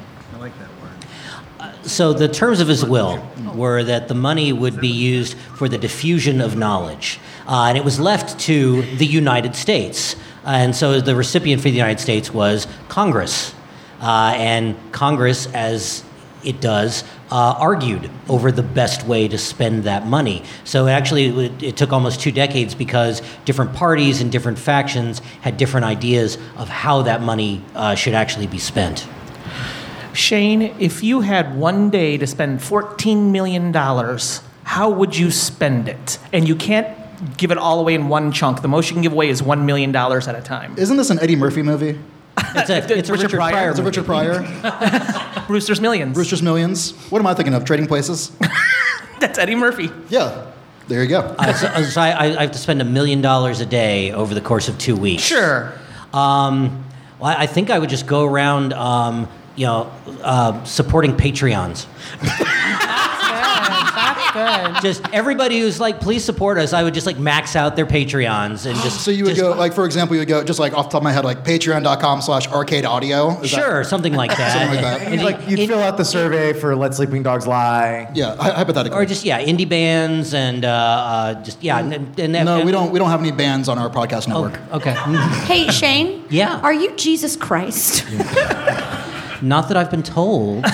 Speaker 9: So the terms of his will were that the money would be used for the diffusion of knowledge, uh, and it was left to the United States. And so the recipient for the United States was Congress, uh, and Congress, as it does, uh, argued over the best way to spend that money. So actually, it, would- it took almost two decades because different parties and different factions had different ideas of how that money uh, should actually be spent.
Speaker 3: Shane, if you had one day to spend $14 million, how would you spend it? And you can't give it all away in one chunk. The most you can give away is $1 million at a time.
Speaker 1: Isn't this an Eddie Murphy movie?
Speaker 9: It's a, it's a Richard, Pryor.
Speaker 1: It's a Richard Pryor.
Speaker 3: Brewster's Millions.
Speaker 1: Brewster's Millions. What am I thinking of? Trading Places?
Speaker 3: That's Eddie Murphy.
Speaker 1: Yeah. There you go.
Speaker 9: Uh, so so I, I- I have to spend a million dollars a day over the course of two weeks.
Speaker 3: Sure.
Speaker 9: Um, well, I think I would just go around, um, you know, uh, supporting Patreons.
Speaker 8: That's good.
Speaker 9: Just everybody who's like, please support us. I would just like max out their Patreons and just.
Speaker 1: So you would
Speaker 9: just-
Speaker 1: go, like, for example, you would go just like off the top of my head, like patreon.com slash arcade audio. Is that-
Speaker 9: Sure, something like that.
Speaker 1: Something like that.
Speaker 9: And
Speaker 1: And
Speaker 9: you-
Speaker 10: Like, you'd fill out the survey for Let Sleeping Dogs Lie.
Speaker 1: yeah, hy- hypothetically.
Speaker 9: or just yeah, indie bands and uh, uh, just yeah, and, and, and
Speaker 1: Mm.
Speaker 9: oh,
Speaker 1: no, we don't. We don't have any bands on our podcast network.
Speaker 9: Okay,
Speaker 4: Hey, Shane.
Speaker 9: Yeah.
Speaker 4: Are you Jesus Christ?
Speaker 9: not that I've been told.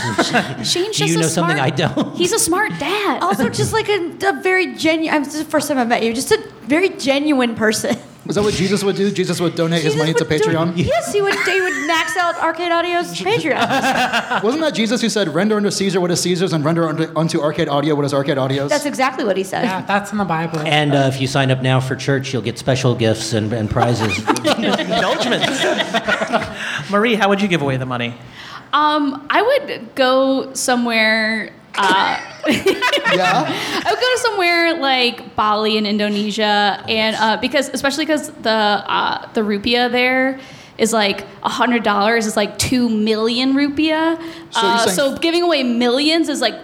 Speaker 4: Shane's
Speaker 9: Do
Speaker 4: just
Speaker 9: you
Speaker 4: a
Speaker 9: know
Speaker 4: smart,
Speaker 9: something I don't?
Speaker 7: He's a smart dad.
Speaker 4: Also, just like a, a very genuine. This is the first time I've met you. Just a very genuine person.
Speaker 1: Is that what Jesus would do? Jesus would donate his
Speaker 4: Jesus
Speaker 1: money to
Speaker 4: would do-
Speaker 1: Patreon.
Speaker 4: yes, he would. He would max out Arcade Audio's Patreon.
Speaker 1: Wasn't that Jesus who said, "Render unto Caesar what is Caesar's, and render unto, unto arcade audio what is arcade audio's"?
Speaker 4: That's exactly what he said.
Speaker 8: Yeah, that's in the Bible.
Speaker 9: And uh, if you sign up now for church, you'll get special gifts and, and prizes.
Speaker 3: Indulgements. Marie, how would you give away the money?
Speaker 7: Um, I would go somewhere. Uh,
Speaker 1: yeah.
Speaker 7: I would go to somewhere like Bali in Indonesia, and uh, because especially because the uh, the rupiah there is like hundred dollars is like two million rupiah.
Speaker 1: So you're
Speaker 7: uh,
Speaker 1: saying-
Speaker 7: so giving away millions is like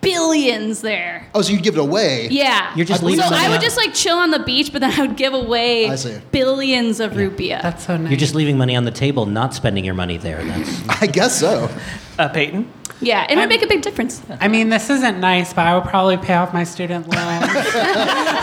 Speaker 7: billions there.
Speaker 1: Oh, so you'd give it away?
Speaker 7: Yeah. So I would just like chill on the beach, but then I would give away
Speaker 9: I see.
Speaker 7: billions of rupiah. That's
Speaker 8: so
Speaker 9: You're just leaving money on the table, not spending your money there. That's
Speaker 1: I guess so.
Speaker 3: Uh, Peyton?
Speaker 7: Yeah, it would make a big difference.
Speaker 8: I mean, this isn't nice, but I would probably pay off my student loan.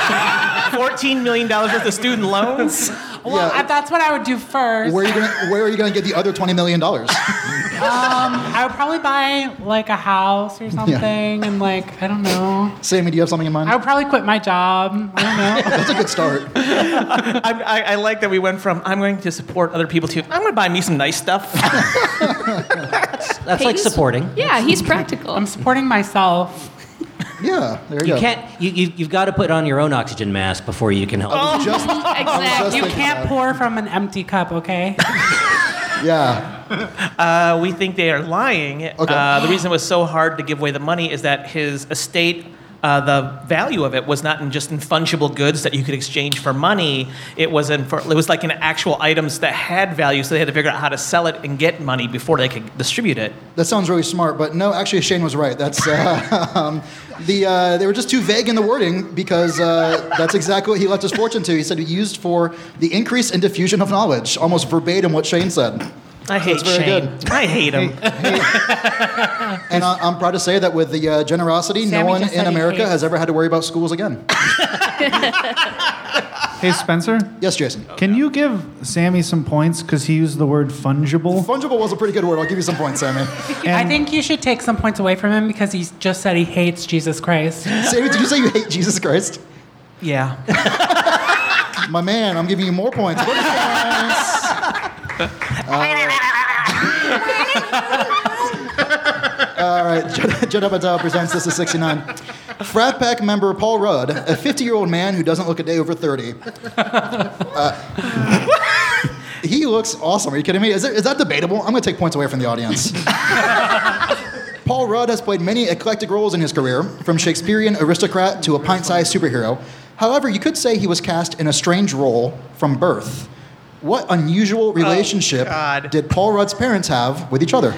Speaker 3: $14 million worth of student loans?
Speaker 8: Well, I- that's what I would do first.
Speaker 1: Where are you gonna Where are you gonna get the other twenty million dollars?
Speaker 8: um, I would probably buy like a house or something, and like I don't know.
Speaker 1: Sammy, do you have something in mind?
Speaker 8: I would probably quit my job. I don't know.
Speaker 1: That's a good start.
Speaker 3: I, I, I like that we went from I'm going to support other people to I'm going to buy me some nice stuff.
Speaker 9: that's like
Speaker 8: Peyton's-
Speaker 9: supporting.
Speaker 7: Yeah, he's practical.
Speaker 8: I'm supporting myself.
Speaker 1: Yeah, there
Speaker 9: You can't. You, you you've got to put on your own oxygen mask before you can help.
Speaker 4: Oh.
Speaker 8: exactly. You can't pour from an empty cup, okay?
Speaker 1: yeah.
Speaker 3: Uh, we think they are lying. Uh, the reason it was so hard to give away the money is that his estate. Uh, the value of it was not in just in fungible goods that you could exchange for money. It was in for, it was like in actual items that had value, so they had to figure out how to sell it and get money before they could distribute it.
Speaker 1: That sounds really smart, but no, actually, Shane was right. That's uh, um, the uh, they were just too vague in the wording because uh, that's exactly what he left his fortune to. He said he used for the increase and diffusion of knowledge, almost verbatim what Shane said.
Speaker 3: I hate
Speaker 1: very
Speaker 3: Shane. I hate him.
Speaker 1: And I, I'm proud to say that with the uh, generosity, no
Speaker 3: Sammy
Speaker 1: one
Speaker 3: just
Speaker 1: in
Speaker 3: said he
Speaker 1: America
Speaker 3: hates-
Speaker 1: has ever had to worry about schools again.
Speaker 6: Hey, Spencer?
Speaker 1: Yes, Jason.
Speaker 6: Can you give Sammy some points because he used the word fungible?
Speaker 1: Fungible was a pretty good word. I'll give you some points, Sammy.
Speaker 8: I think you should take some points away from him because he just said he hates Jesus Christ.
Speaker 1: Sammy, did you say you hate Jesus Christ?
Speaker 3: Yeah.
Speaker 1: My man, I'm giving you more points. Bonus points. Uh, all right, Judd Judd Apatow presents This is 69. Frat Pack member Paul Rudd, a 50 year old man who doesn't look a day over 30. Uh, he looks awesome. Are you kidding me? Is, there, is that debatable? I'm going to take points away from the audience. Paul Rudd has played many eclectic roles in his career, from Shakespearean aristocrat to a pint sized superhero. However, you could say he was cast in a strange role from birth. What unusual relationship did Paul Rudd's parents have with each other?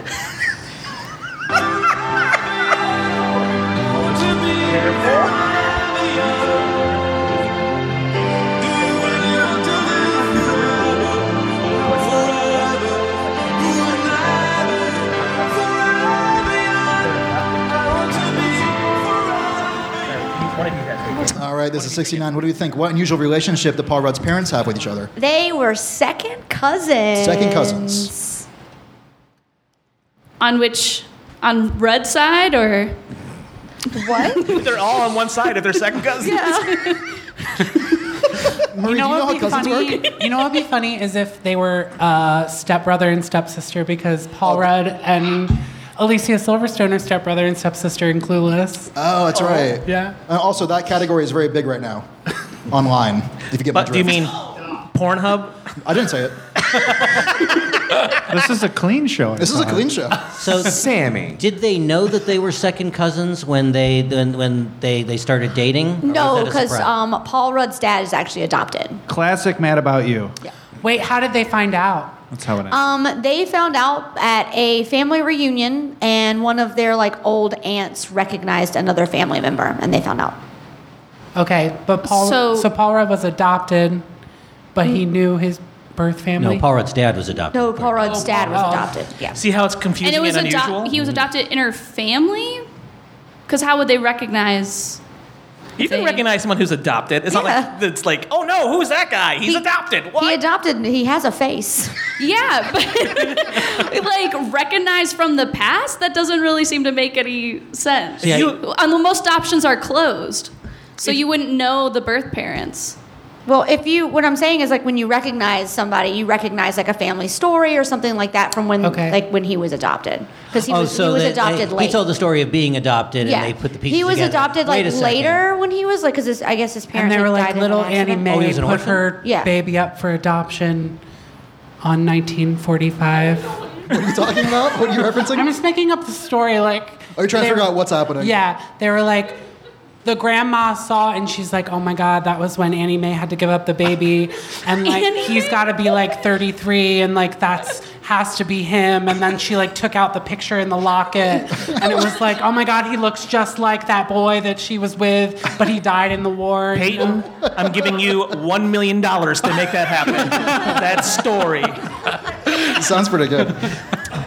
Speaker 1: All right, this is 69. What do you think? What unusual relationship did Paul Rudd's parents have with each other?
Speaker 4: They were second cousins.
Speaker 1: Second cousins.
Speaker 7: On which, on Rudd's side or?
Speaker 4: What?
Speaker 3: they're all on one side if they're second cousins.
Speaker 8: you know,
Speaker 1: do you
Speaker 8: what
Speaker 1: know
Speaker 8: would
Speaker 1: how
Speaker 8: be funny? You know what would be funny is if they were uh, stepbrother and stepsister because
Speaker 9: Oh.
Speaker 8: Paul Rudd and Alicia Silverstone are stepbrother and stepsister in Clueless.
Speaker 1: Oh, that's right.
Speaker 8: Yeah.
Speaker 1: And also, that category is very big right now online, if you get my
Speaker 3: But do you
Speaker 1: drift.
Speaker 3: mean Pornhub?
Speaker 1: I didn't say it.
Speaker 6: This is a clean show. I
Speaker 1: This is a
Speaker 6: thought.
Speaker 1: clean show.
Speaker 9: So Sammy, did they know that they were second cousins when they when, when they, they started dating? Or was
Speaker 4: No,
Speaker 9: that a
Speaker 4: because
Speaker 9: surprise?
Speaker 4: um, Paul Rudd's dad is actually adopted.
Speaker 6: Classic Mad About You.
Speaker 8: Wait, how did they find out?
Speaker 6: That's how it ends.
Speaker 4: Um, they found out at a family reunion, and one of their like old aunts recognized another family member, and they found out.
Speaker 8: Okay, but Paul.
Speaker 4: So-
Speaker 8: So, Paul Rudd was adopted, but he knew his birth family.
Speaker 9: no, Paul Rudd's dad was adopted.
Speaker 4: No, Paul Rudd's dad was
Speaker 8: Rudd.
Speaker 4: adopted. Yeah.
Speaker 3: See how it's
Speaker 7: and
Speaker 3: confusing
Speaker 7: it
Speaker 3: and,
Speaker 7: was ado-
Speaker 3: unusual?
Speaker 7: he was adopted in her family because how would they recognize
Speaker 3: you can recognize someone who's adopted. It's not like it's like, oh no, who's that guy? He's adopted. What?
Speaker 4: He adopted. He has a face.
Speaker 7: yeah but like recognize from the past that doesn't really seem to make any sense
Speaker 9: Yeah.
Speaker 7: and the most options are closed so you wouldn't know the birth parents
Speaker 4: Well, if you, what I'm saying is like when you recognize somebody, you recognize like a family story or something like that from when,
Speaker 9: Okay.
Speaker 4: like when he was adopted, because he
Speaker 9: oh,
Speaker 4: was
Speaker 9: so
Speaker 4: he was
Speaker 9: they- they-
Speaker 4: adopted
Speaker 9: he
Speaker 4: late.
Speaker 9: told the story of being adopted,
Speaker 4: yeah,
Speaker 9: and they put the pieces
Speaker 4: he was
Speaker 9: together.
Speaker 4: adopted
Speaker 9: Wait
Speaker 4: like
Speaker 9: a second.
Speaker 4: later when he was like, because I guess his
Speaker 8: and
Speaker 4: parents
Speaker 8: they were
Speaker 4: had
Speaker 8: like
Speaker 4: died in
Speaker 8: little
Speaker 4: an
Speaker 8: Annie
Speaker 4: accident.
Speaker 8: Mae
Speaker 9: Oh, he was an
Speaker 8: put
Speaker 9: orphan?
Speaker 8: her
Speaker 4: Yeah.
Speaker 8: baby up for adoption on 1945.
Speaker 1: What are you talking about? What are you referencing?
Speaker 8: I'm just making up the story. Like,
Speaker 1: Are you trying to
Speaker 8: they-
Speaker 1: figure out what's happening?
Speaker 8: Yeah, they were like, the grandma saw and she's like, "Oh my God, that was when Annie Mae had to give up the baby," and like
Speaker 7: Annie
Speaker 8: he's got to be like 33, and like that's has to be him. And then she like took out the picture in the locket, and it was like, "Oh my God, he looks just like that boy that she was with, but he died in the war." you know?
Speaker 3: Peyton, I'm giving you $1 million to make that happen. that story.
Speaker 1: Sounds pretty good.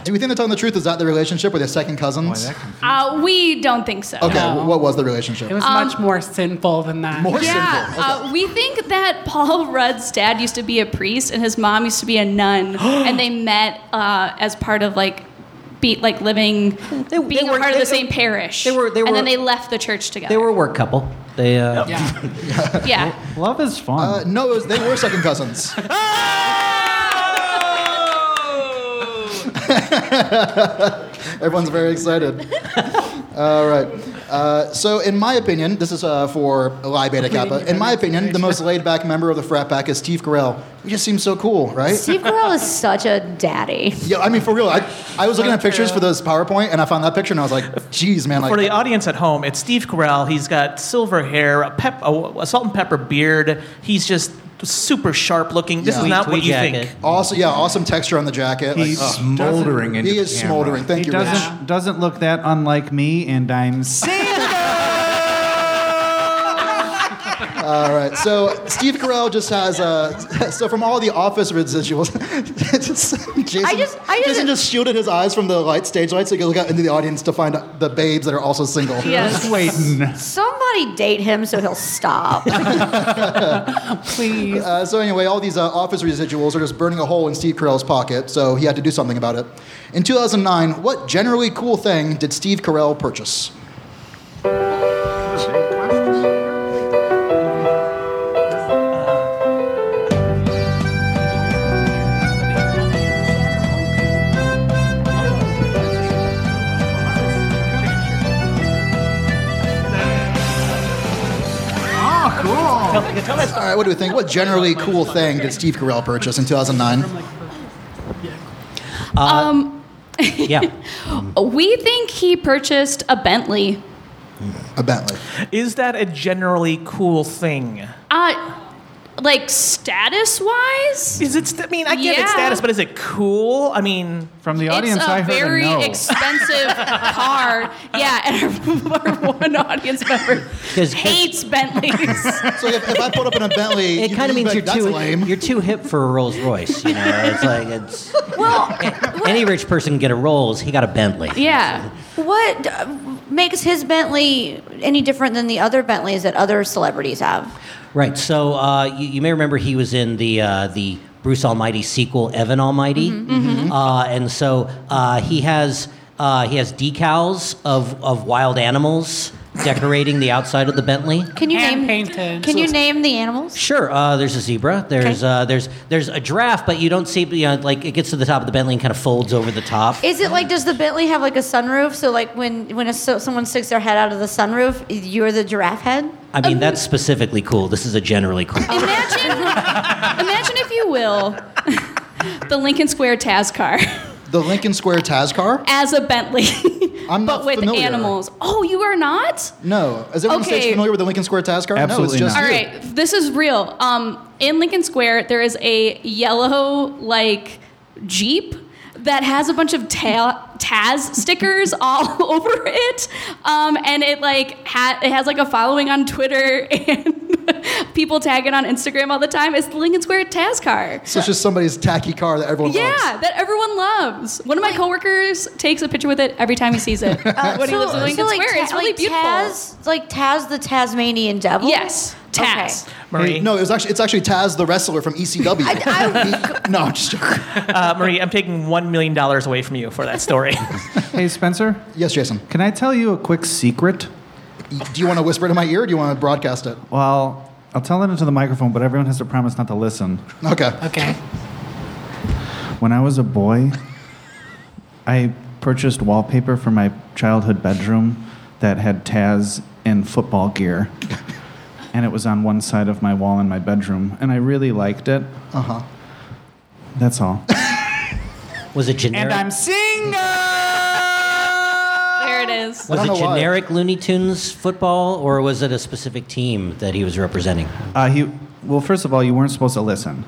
Speaker 1: Do we think they're telling the truth? Is that the relationship or their second cousins?
Speaker 7: Uh, we don't think so.
Speaker 1: okay, wh- what was the relationship?
Speaker 8: It was
Speaker 7: Um,
Speaker 8: much more sinful than that.
Speaker 1: More
Speaker 7: yeah, uh, we think that Paul Rudd's dad used to be a priest and his mom used to be a nun, and they met uh, as part of like, be like living, being a part of the same parish. They were, they were, and then they left the church together.
Speaker 9: They were a work couple. They uh,
Speaker 7: yeah.
Speaker 1: Love is fun. Uh, no, it was, they were second cousins.
Speaker 7: Oh!
Speaker 1: Everyone's very excited. All right. Uh, so, in my opinion, this is uh, for Lie Beta Kappa. In my opinion, the most laid back member of the frat pack is Steve Carell. He just seems so cool, right?
Speaker 4: Steve Carell is such a daddy.
Speaker 1: Yeah, I mean, for real. I, I was looking at pictures for this PowerPoint, and I found that picture, and I was like, "Geez, man!"
Speaker 3: For
Speaker 1: Like,
Speaker 3: the audience at home, it's Steve Carell. He's got silver hair, a, pep, a, a salt and pepper beard. He's just super sharp looking. This is not what you think.
Speaker 1: Also, yeah, awesome texture on the jacket.
Speaker 6: He's
Speaker 1: ugh.
Speaker 6: smoldering
Speaker 1: He
Speaker 6: into the
Speaker 1: is
Speaker 6: camera.
Speaker 1: smoldering. Thank
Speaker 6: he
Speaker 1: you. Rich.
Speaker 6: doesn't doesn't look that unlike me, and I'm
Speaker 1: All right. So Steve Carell just has uh, so from all the office residuals, just, Jason, Jason just shielded his eyes from the light stage lights so he could look out into the audience to find the babes that are also single.
Speaker 4: Yes. Just
Speaker 6: waiting.
Speaker 4: Somebody date him so he'll stop.
Speaker 1: Please. Uh, so anyway, all these uh, office residuals are just burning a hole in Steve Carell's pocket, so he had to do something about it. In 2009, what generally cool thing did Steve Carell purchase?
Speaker 12: Oh,
Speaker 1: All right, what do we think? What generally cool thing did Steve Carell purchase in 2009?
Speaker 7: um,
Speaker 1: yeah,
Speaker 7: we think he purchased a Bentley.
Speaker 1: a Bentley.
Speaker 3: Is that a generally cool thing?
Speaker 7: Uh, like status wise?
Speaker 3: Is it? St- I mean, I get its status, but is it cool? I mean,
Speaker 6: from the
Speaker 7: it's a very expensive car. Yeah, and our, our one audience member hates Bentleys.
Speaker 1: So if, if I pulled up in a Bentley,
Speaker 9: it
Speaker 1: you can
Speaker 9: kind of means
Speaker 1: be
Speaker 9: you're
Speaker 1: like,
Speaker 9: too
Speaker 1: "That's lame."
Speaker 9: you're too hip for a Rolls Royce. You know, it's like it's
Speaker 4: well,
Speaker 9: any rich person can get a Rolls. He got a Bentley.
Speaker 4: yeah. What uh, makes his Bentley any different than the other Bentleys that other celebrities have?
Speaker 9: Right. So uh, you, you may remember he was in the uh, the Bruce Almighty sequel, Evan Almighty,
Speaker 1: Mm-hmm,
Speaker 9: Uh, and so uh, he has uh, he has decals of of wild animals decorating the outside of the Bentley.
Speaker 4: Can you name
Speaker 8: painted?
Speaker 4: Can you name the animals?
Speaker 9: Sure. Uh, there's a zebra. There's uh, there's there's a giraffe, but you don't see. You know, like it gets to the top of the Bentley and kind of folds over the top.
Speaker 4: Is it like does the Bentley have like a sunroof? So like when when a, so, someone sticks their head out of the sunroof, you're the giraffe head.
Speaker 9: I
Speaker 1: um,
Speaker 9: mean, that's specifically cool. This is a generally cool.
Speaker 7: Imagine, imagine if you will, the Lincoln Square Taz car
Speaker 1: The Lincoln Square Tascar?
Speaker 7: as a Bentley,
Speaker 1: I'm
Speaker 7: but
Speaker 1: not
Speaker 7: with
Speaker 1: familiar.
Speaker 7: animals. Oh, you are not?
Speaker 1: No. Is everyone on stage
Speaker 7: Okay.
Speaker 1: familiar with the Lincoln Square Tascar? no, it's
Speaker 6: Absolutely
Speaker 1: just
Speaker 7: All
Speaker 1: you.
Speaker 7: right, this is real. Um, in Lincoln Square, there is a yellow like Jeep that has a bunch of ta- Taz stickers all over it, um, and it like ha- it has like a following on Twitter and people tag it on Instagram all the time. It's the Lincoln Square Taz car.
Speaker 1: So it's just somebody's tacky car that everyone
Speaker 7: yeah,
Speaker 1: loves.
Speaker 7: that everyone loves. One of my coworkers takes a picture with it every time he sees it when he lives in Lincoln
Speaker 4: Uh, like,
Speaker 7: Square.
Speaker 4: Ta-
Speaker 7: it's really
Speaker 4: like
Speaker 7: beautiful.
Speaker 4: Taz, like Taz the Tasmanian
Speaker 1: Oh.
Speaker 4: devil.
Speaker 7: Yes, Taz.
Speaker 3: Marie.
Speaker 1: No, it was actually it's actually Taz the wrestler from ECW. He- no, I'm just joking.
Speaker 3: uh, Marie, I'm taking $1 million away from you for that story.
Speaker 6: hey Spencer.
Speaker 1: Yes, Jason.
Speaker 6: Can I tell you a quick secret?
Speaker 1: Do you want to whisper it in my ear or do you want to broadcast it?
Speaker 6: Well, I'll tell it into the microphone, but everyone has to promise not to listen.
Speaker 1: Okay.
Speaker 8: Okay.
Speaker 6: When I was a boy, I purchased wallpaper for my childhood bedroom that had Taz in football gear. And it was on one side of my wall in my bedroom. And I really liked it.
Speaker 1: Uh huh.
Speaker 6: That's all.
Speaker 9: Was it generic?
Speaker 6: And I'm single.
Speaker 7: There it it is.
Speaker 9: Was it generic Looney Tunes football, or was it a specific team that he was representing?
Speaker 6: Uh, he well, first of all, you weren't supposed to listen.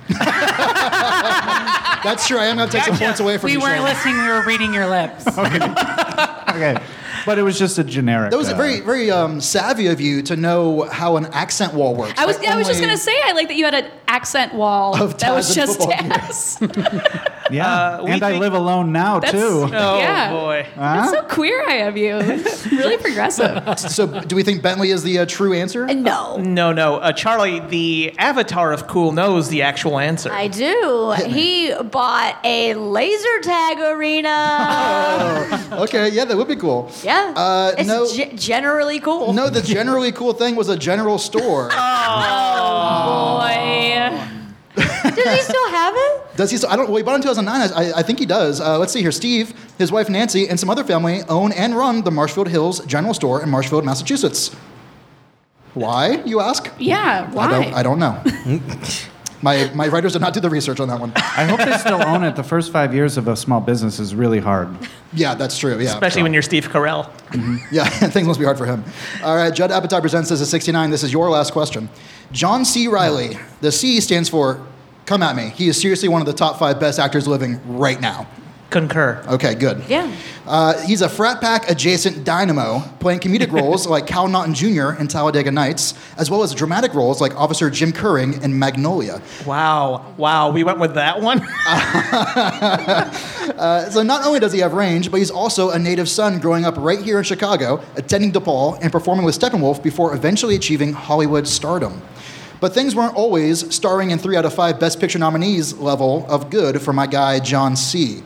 Speaker 1: That's true. I am going to take some points away from
Speaker 8: we
Speaker 1: you.
Speaker 8: weren't
Speaker 1: Sean.
Speaker 8: listening. We were reading your lips.
Speaker 6: okay, but it was just a generic.
Speaker 1: That was
Speaker 6: uh,
Speaker 1: very, very um, savvy of you to know how an accent wall works.
Speaker 7: I was,
Speaker 1: Like,
Speaker 7: I was just
Speaker 1: only-
Speaker 7: going to say, I like that you had an accent wall
Speaker 1: Of
Speaker 7: that was
Speaker 1: Taz
Speaker 7: just
Speaker 1: and
Speaker 7: Taz.
Speaker 6: yeah, and I live alone now
Speaker 7: That's-
Speaker 6: too.
Speaker 7: Oh, Yeah. boy. That's so queer I have you. really progressive.
Speaker 1: so, do we think Bentley is the uh, true answer?
Speaker 4: No.
Speaker 3: No, no. Uh, Charlie, the avatar of cool, knows the actual answer.
Speaker 4: I do. He bought a laser tag arena.
Speaker 1: Okay, yeah, that would be cool.
Speaker 4: Yeah.
Speaker 1: Uh,
Speaker 4: it's
Speaker 1: no,
Speaker 4: ge- generally cool.
Speaker 1: no, the generally cool thing was a general store.
Speaker 7: Boy.
Speaker 4: Does he still have it?
Speaker 1: Does he? Still, I don't. Well, he bought it in 2009. I, I think he does. Uh, let's see here. Steve, his wife Nancy, and some other family own and run the Marshfield Hills General Store in Marshfield, Massachusetts. Why, you ask?
Speaker 7: Yeah, why?
Speaker 1: I don't, I don't know. my my writers did not do the research on that one.
Speaker 6: I hope they still own it. The first five years of a small business is really hard.
Speaker 1: Yeah, that's true. Yeah,
Speaker 3: Especially when you're Steve Carell.
Speaker 1: Yeah, things must be hard for him. All right, Judd Apatow presents this at 69. This is your last question. John C. Riley. The C stands for come at me. He is seriously one of the top five best actors living right now.
Speaker 3: Concur.
Speaker 1: Okay, good.
Speaker 4: Yeah.
Speaker 1: Uh, he's a frat pack adjacent dynamo, playing comedic roles like Cal Naughton Jr. in Talladega Nights, as well as dramatic roles like Officer Jim Curring in Magnolia.
Speaker 3: Wow. Wow. We went with that one.
Speaker 1: Uh, so not only does he have range, but he's also a native son growing up right here in Chicago, attending DePaul and performing with Steppenwolf before eventually achieving Hollywood stardom. But things weren't always starring in three out of five Best Picture nominees level of good for my guy John C.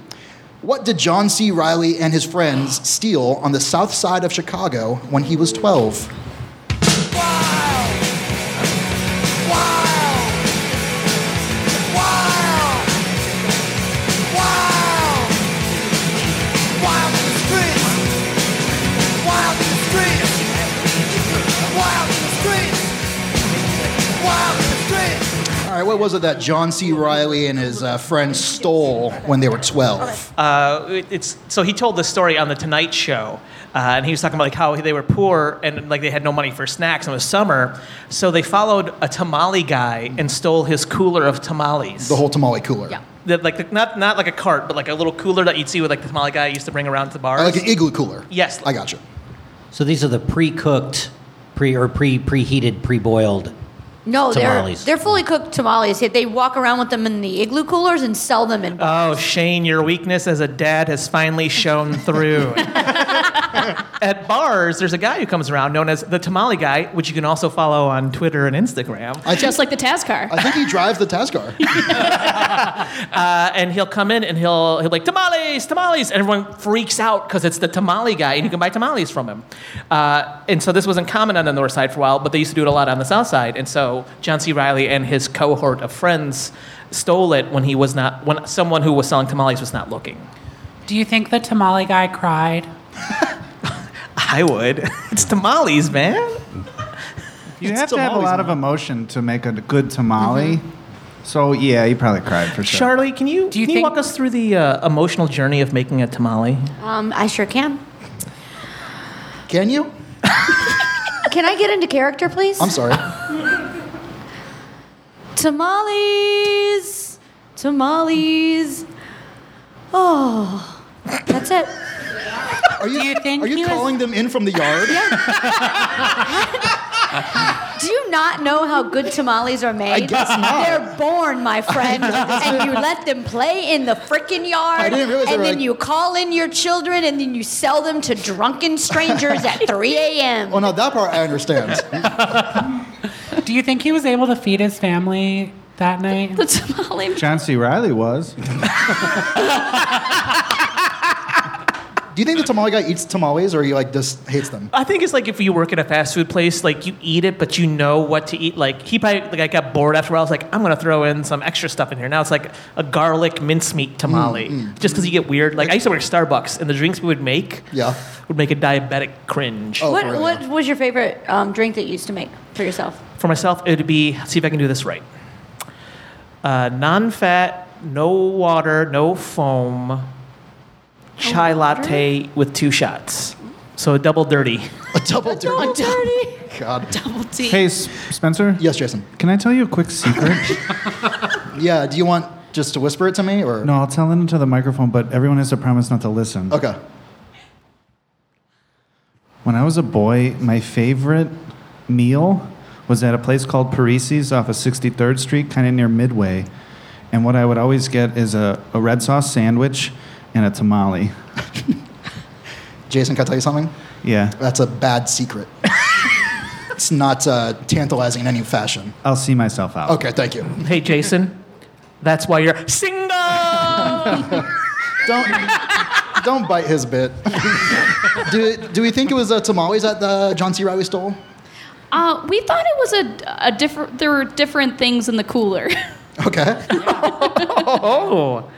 Speaker 1: What did John C. Riley and his friends steal on the south side of Chicago when he was 12?
Speaker 13: Wild in the streets. Wild in the streets. Wild in the streets. Wild in the streets.
Speaker 1: All right, what was it that John C. Riley and his uh, friends stole when they were 12?
Speaker 3: uh, it- it's so he told this story on the Tonight Show, uh, and he was talking about like how they were poor and like they had no money for snacks. And it was summer, so they followed a tamale guy and stole his cooler of tamales.
Speaker 1: The whole tamale cooler.
Speaker 3: That, like the, not not like a cart, but like a little cooler that you'd see with like the tamale guy used to bring around to bars.
Speaker 1: Like an igloo cooler.
Speaker 3: Yes.
Speaker 1: I got you.
Speaker 9: So these are the pre-cooked, pre or pre preheated, pre-boiled.
Speaker 4: No,
Speaker 9: Tamales.
Speaker 4: they're they're fully cooked tamales. They walk around with them in the igloo coolers and sell them in.
Speaker 1: Uh,
Speaker 3: Oh, Shane, your weakness as a dad has finally shown through. At bars, there's a guy who comes around known as the Tamale Guy, which you can also follow on Twitter and Instagram.
Speaker 7: Just like the Taz car.
Speaker 1: I think he drives the Tascar.
Speaker 3: Uh, and he'll come in and he'll he'll be like tamales, tamales, and everyone freaks out because it's the tamale guy, and you can buy tamales from him. Uh, and so this wasn't common on the north side for a while, but they used to do it a lot on the south side. And so John C. Riley and his cohort of friends stole it when he was not when someone who was selling tamales was not looking.
Speaker 8: Do you think the tamale guy cried?
Speaker 3: I would. it's tamales, man.
Speaker 6: You have to have a lot of emotion to make a good tamale. So yeah, you probably cried for sure.
Speaker 3: Charlie, can you, can you walk us through the uh, emotional journey of making a tamale?
Speaker 4: Um, I sure can.
Speaker 1: Can you?
Speaker 4: Can I get into character, please?
Speaker 1: I'm sorry.
Speaker 4: Tamales, tamales. Oh, that's it.
Speaker 1: Are you, are you calling them in from the yard?
Speaker 4: Do you not know how good tamales are made?
Speaker 1: I guess not.
Speaker 4: They're born, my friend,
Speaker 1: I guess
Speaker 4: and
Speaker 1: not.
Speaker 4: you let them play in the frickin' yard.
Speaker 1: I didn't realize they
Speaker 4: And
Speaker 1: were
Speaker 4: then
Speaker 1: like-
Speaker 4: you call in your children, and then you sell them to drunken strangers at 3 a.m.
Speaker 1: Well, now Oh, that part I understand.
Speaker 8: Do you think he was able to feed his family that night?
Speaker 7: The tamale.
Speaker 6: John C. Riley was.
Speaker 1: Do you think the tamale guy eats tamales or he like just hates them?
Speaker 3: I think it's like if you work at a fast food place, like you eat it, but you know what to eat. Like he probably like I got bored after a while. I was like, I'm gonna throw in some extra stuff in here. Now it's like a garlic mincemeat tamale, just because you get weird. Like I used to work at Starbucks, and the drinks we would make
Speaker 1: Yeah.
Speaker 3: would make a diabetic cringe.
Speaker 1: Oh,
Speaker 4: what, what was your favorite um, drink that you used to make for yourself?
Speaker 3: For myself, it'd be see if I can do this right. Uh, non-fat, no water, no foam, chai latte with two shots. So a double dirty.
Speaker 1: A double dirty.
Speaker 7: Double dirty.
Speaker 1: God.
Speaker 7: Double D.
Speaker 6: Hey, S- Spencer.
Speaker 1: Yes, Jason.
Speaker 6: Can I tell you a quick secret?
Speaker 1: yeah. Do you want just to whisper it to me, or
Speaker 6: no, I'll tell it into the microphone, but everyone has to promise not to listen.
Speaker 1: Okay.
Speaker 6: When I was a boy, my favorite meal was at a place called Parisi's off of 63rd Street, kind of near Midway. And what I would always get is a, a red sauce sandwich and a tamale.
Speaker 1: Jason? Can I tell you something?
Speaker 6: Yeah.
Speaker 1: That's a bad secret. it's not uh, tantalizing in any fashion.
Speaker 6: I'll see myself out.
Speaker 1: Okay, thank you.
Speaker 3: Hey, Jason. That's why you're single.
Speaker 1: Don't don't bite his bit. do, do we think it was uh, tamales that uh, John C. Riley stole?
Speaker 7: Uh, we thought it was a, a different. There were different things in the cooler.
Speaker 1: Okay.
Speaker 3: oh.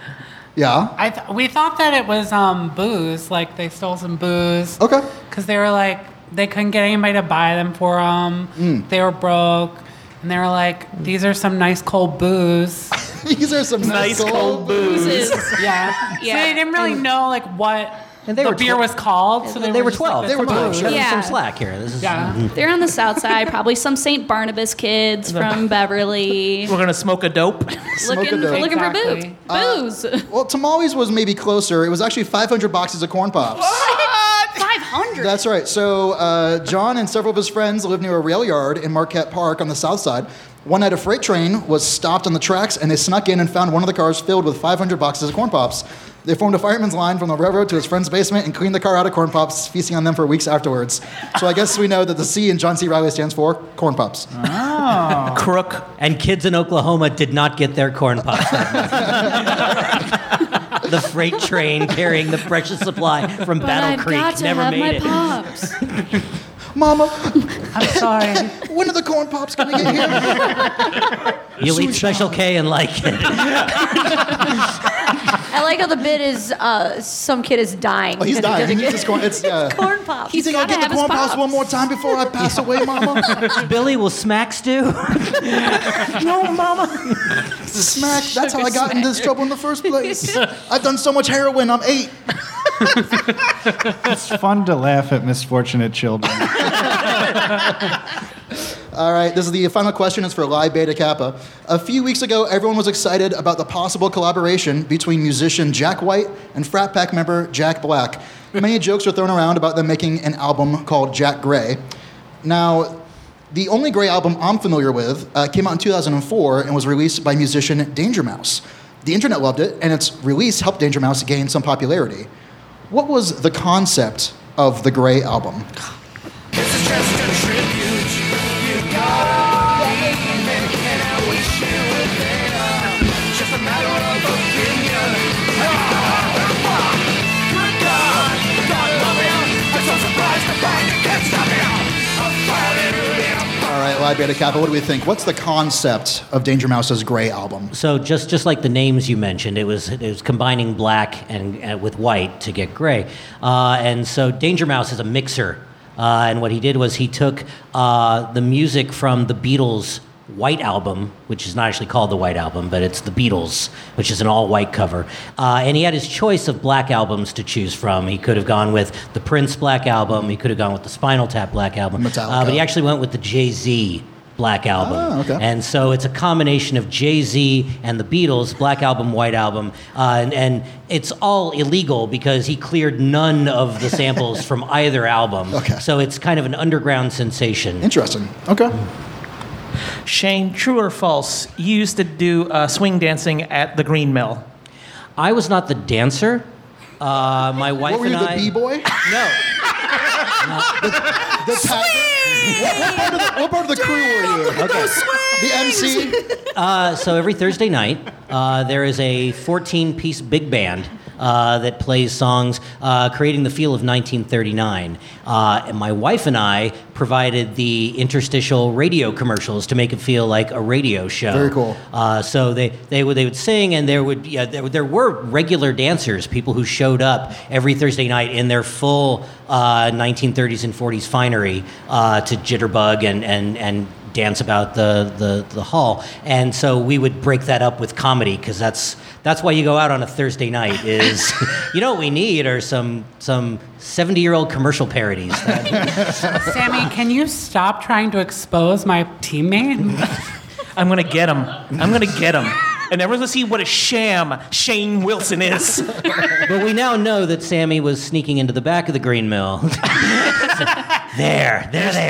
Speaker 1: Yeah.
Speaker 8: I th- we thought that it was um, booze. Like they stole some booze.
Speaker 1: Okay.
Speaker 8: Because they were like they couldn't get anybody to buy them for them.
Speaker 1: Mm.
Speaker 8: They were broke, and they were like, "These are some nice cold booze."
Speaker 1: These are some
Speaker 8: nice,
Speaker 1: cold
Speaker 8: booze.
Speaker 1: boozes.
Speaker 8: yeah.
Speaker 7: Yeah.
Speaker 8: So they didn't really know like what
Speaker 9: And they
Speaker 8: the
Speaker 9: were
Speaker 8: beer
Speaker 9: tw-
Speaker 8: was called. So they,
Speaker 9: they were
Speaker 8: just like,
Speaker 9: 12.
Speaker 8: "This
Speaker 9: They were
Speaker 8: is
Speaker 9: 12.
Speaker 8: booze."
Speaker 9: Show them
Speaker 7: Yeah.
Speaker 9: some slack here. This is
Speaker 8: Yeah.
Speaker 9: Mhm.
Speaker 7: They're on the south side, probably some St. Barnabas kids from Beverly,
Speaker 3: We're gonna smoke a dope.
Speaker 1: Smoke a
Speaker 7: looking
Speaker 1: dope.
Speaker 7: looking for
Speaker 8: Exactly.
Speaker 7: booze. Booze.
Speaker 1: Well, tamales was maybe closer. It was actually 500 boxes of corn pops.
Speaker 7: Five hundred.
Speaker 1: That's right. So uh, John and several of his friends lived near a rail yard in Marquette Park on the south side. One night, a freight train was stopped on the tracks, and they snuck in and found one of the cars filled with 500 boxes of corn pops. They formed a fireman's line from the railroad to his friend's basement and cleaned the car out of corn pops, feasting on them for weeks afterwards. So I guess we know that the C in John C. Riley stands for corn pops.
Speaker 3: Crook.
Speaker 9: And kids in Oklahoma did not get their corn pops. that month. the freight train carrying the precious supply from
Speaker 7: But
Speaker 9: Battle
Speaker 7: I've
Speaker 9: Creek
Speaker 7: got to
Speaker 9: never
Speaker 7: have
Speaker 9: made
Speaker 7: my
Speaker 9: it.
Speaker 7: pops.
Speaker 1: Mama,
Speaker 8: I'm sorry.
Speaker 1: when are the corn pops gonna get here?
Speaker 9: You'll eat Special K and like it.
Speaker 4: I like how the bit is uh, some kid is dying.
Speaker 1: Oh, he's
Speaker 4: because he
Speaker 1: dying.
Speaker 4: doesn't
Speaker 1: He
Speaker 4: get-
Speaker 1: just corn. It's uh,
Speaker 4: corn pop.
Speaker 1: You think I'll
Speaker 7: gotta
Speaker 1: get
Speaker 7: have
Speaker 1: the
Speaker 7: his
Speaker 1: corn pops
Speaker 7: pops.
Speaker 1: one more time before I pass away, Mama?
Speaker 9: Billy, will smacks do? no, Mama.
Speaker 1: Smack. That's how I got into this trouble in the first place. I've done so much heroin. I'm eight.
Speaker 6: It's fun to laugh at misfortunate children.
Speaker 1: All right, this is the final question. It's for Lie Beta Kappa. A few weeks ago, everyone was excited about the possible collaboration between musician Jack White and Frat Pack member Jack Black. Many jokes were thrown around about them making an album called Jack Gray. Now, the only Gray album I'm familiar with uh, came out in 2004 and was released by musician Danger Mouse. The internet loved it, and its release helped Danger Mouse gain some popularity. What was the concept of the Gray album? All right, Lie Beta Kappa, what do we think? What's the concept of Danger Mouse's Gray album?
Speaker 9: So just just like the names you mentioned, it was it was combining black and uh, with white to get gray. Uh, and so Danger Mouse is a mixer, uh, and what he did was he took uh, the music from the Beatles. White album, which is not actually called the White Album, but it's the Beatles, which is an all-white cover. Uh, and he had his choice of black albums to choose from. He could have gone with the Prince Black Album. He could have gone with the Spinal Tap Black Album. Uh, but he
Speaker 1: Metallica.
Speaker 9: actually went with the Jay Z Black Album.
Speaker 1: Ah, okay.
Speaker 9: And and so it's a combination of Jay Z and the Beatles, Black Album, White Album, uh, and, and it's all illegal because he cleared none of the samples from either album.
Speaker 1: Okay.
Speaker 9: So it's kind of an underground sensation.
Speaker 1: Interesting. Okay.
Speaker 3: Shane, true or false? You used to do uh, swing dancing at the Green Mill.
Speaker 9: I was not the dancer. Uh, my wife
Speaker 1: What were you,
Speaker 9: and
Speaker 1: the
Speaker 9: I.
Speaker 1: b boy?
Speaker 9: no,
Speaker 1: The pa- what, what part of the, what part of the crew were you?
Speaker 9: Okay.
Speaker 1: The MC.
Speaker 9: Uh, so every Thursday night, uh, there is a 14 piece big band uh, that plays songs uh, creating the feel of 1939. Uh, and my wife and I provided the interstitial radio commercials to make it feel like a radio show.
Speaker 1: Very cool.
Speaker 9: Uh, so they, they would they would sing, and there would yeah, there, there were regular dancers, people who showed up every Thursday night in their full uh, 1930s and 40s finery uh, to jitterbug and and and dance about the, the, the hall. And so we would break that up with comedy because that's that's why you go out on a Thursday night is you know what we need are some some 70 year old commercial parodies.
Speaker 8: Sammy, can you stop trying to expose my teammate?
Speaker 3: I'm gonna get him. I'm gonna get him. And everyone's gonna see what a sham Shane Wilson is.
Speaker 9: but we now know that Sammy was sneaking into the back of the green mill. there, there they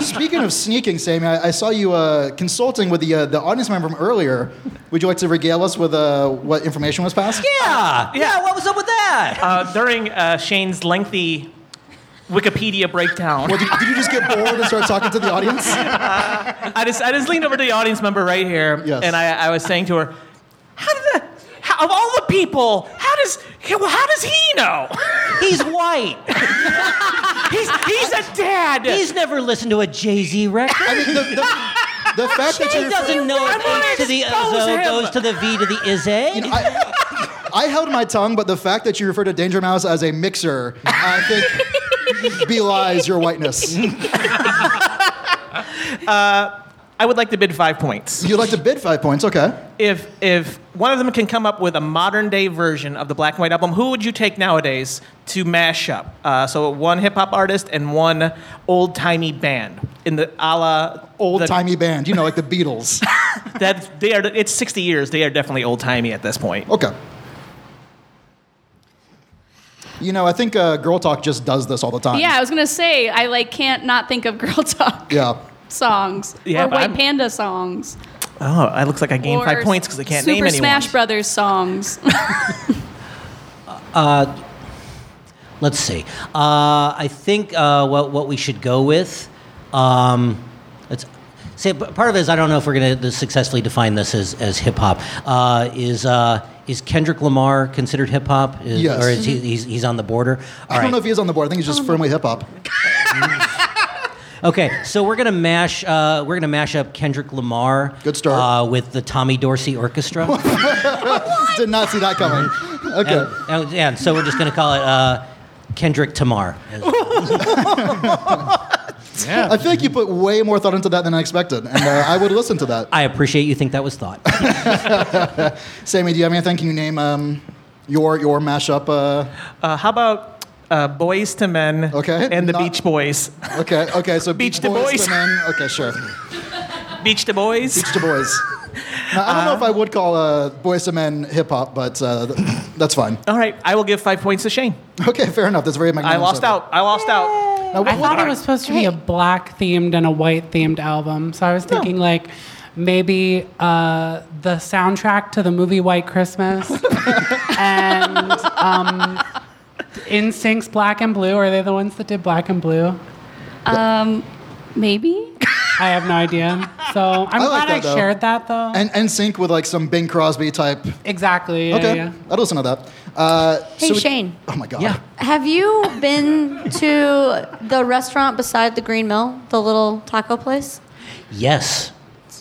Speaker 1: Speaking of sneaking, Sammy, I, I saw you uh, consulting with the uh, the audience member from earlier. Would you like to regale us with uh, what information was passed?
Speaker 9: Yeah, yeah. What was up with that?
Speaker 3: Uh, during uh, Shane's lengthy Wikipedia breakdown,
Speaker 1: Well, did, did you just get bored and start talking to the audience?
Speaker 3: I just I just leaned over to the audience member right here, and I, I was saying to her, "How did the how, of all the people, how does how does he know?
Speaker 9: He's white.
Speaker 3: he's he's a dad.
Speaker 9: He's never listened to a Jay Z record.
Speaker 1: I mean, the, the, the fact that
Speaker 9: he
Speaker 1: you're-
Speaker 9: doesn't know
Speaker 1: I
Speaker 9: if
Speaker 1: wanna
Speaker 9: H to the
Speaker 1: expose
Speaker 9: Ozo
Speaker 1: him.
Speaker 9: goes to the V to the Izze.
Speaker 1: I held my tongue, but the fact that you refer to Danger Mouse as a mixer, I think, belies your whiteness.
Speaker 3: Uh, I would like to bid five points.
Speaker 1: You'd like to bid five points, okay?
Speaker 3: If if one of them can come up with a modern day version of the black and white album, who would you take nowadays to mash up? Uh, so one hip hop artist and one old timey band in the a la
Speaker 1: Old timey band, you know, like the Beatles.
Speaker 3: that they are. It's sixty years. They are definitely old timey at this point.
Speaker 1: Okay. You know, I think uh, Girl Talk just does this all the time.
Speaker 7: Yeah, I was gonna say I like can't not think of girl talk
Speaker 1: Yeah.
Speaker 7: songs
Speaker 3: Yeah,
Speaker 7: or
Speaker 3: but
Speaker 7: white
Speaker 3: I'm-
Speaker 7: panda songs.
Speaker 3: Oh, it looks like I gained
Speaker 7: or
Speaker 3: five points because I can't
Speaker 7: Super
Speaker 3: name anyone.
Speaker 7: Smash Brothers songs.
Speaker 9: Uh, let's see. Uh, I think uh, what what we should go with. Um, let's say p- part of it is I don't know if we're going to successfully define this as, as hip hop. Uh, is uh, is Kendrick Lamar considered hip hop? Is-
Speaker 1: Yes. Mm-hmm.
Speaker 9: Or is he, he's, he's on the border? All
Speaker 1: I don't
Speaker 9: right.
Speaker 1: know if he is on the board. I think he's
Speaker 9: Um,
Speaker 1: just firmly hip hop.
Speaker 9: Okay, so we're gonna mash. Uh, we're gonna mash up Kendrick Lamar. Good start. Uh, with the Tommy Dorsey Orchestra.
Speaker 1: Did not see that coming. Okay.
Speaker 9: And, and- yeah, so we're just gonna call it uh, Kendrick Tamar. Yeah.
Speaker 1: I feel like you put way more thought into that than I expected, and uh, I would listen to that.
Speaker 9: I appreciate you think that was thought.
Speaker 1: Sammy, do you have anything? Can you name um, your your mashup? Uh...
Speaker 3: Uh, how about uh, Boys to Men? Okay. And the Beach Boys.
Speaker 1: Okay. Okay. So Boys
Speaker 3: Beach,
Speaker 1: to
Speaker 3: Boys.
Speaker 1: Men. Okay. Sure.
Speaker 3: Beach to Boys. Beach
Speaker 1: to Boys. Now, I don't know if I would call uh, Boys to Men hip hop, but uh, th- that's fine.
Speaker 3: All right, I will give five points to Shane.
Speaker 1: Okay, fair enough. That's very
Speaker 3: I
Speaker 1: magnanimous. of
Speaker 3: lost
Speaker 1: you.
Speaker 3: out. I lost out.
Speaker 8: I thought it was supposed to be a black themed and a white themed album. So I was thinking like maybe uh, the soundtrack to the movie White Christmas and um, Instincts Black and Blue. Are they the ones that did Black and Blue?
Speaker 7: Um, maybe.
Speaker 8: I have no idea. So I'm
Speaker 1: I like
Speaker 8: glad I
Speaker 1: that, though.
Speaker 8: shared that though.
Speaker 1: And and sync with like some Bing Crosby type.
Speaker 8: exactly. yeah,
Speaker 1: okay,
Speaker 8: yeah.
Speaker 1: I'd listen to that. Uh,
Speaker 4: Hey,
Speaker 1: so we-
Speaker 4: Shane.
Speaker 1: oh my god.
Speaker 9: Yeah.
Speaker 4: Have you been to the restaurant beside the Green Mill, the little taco place?
Speaker 9: Yes.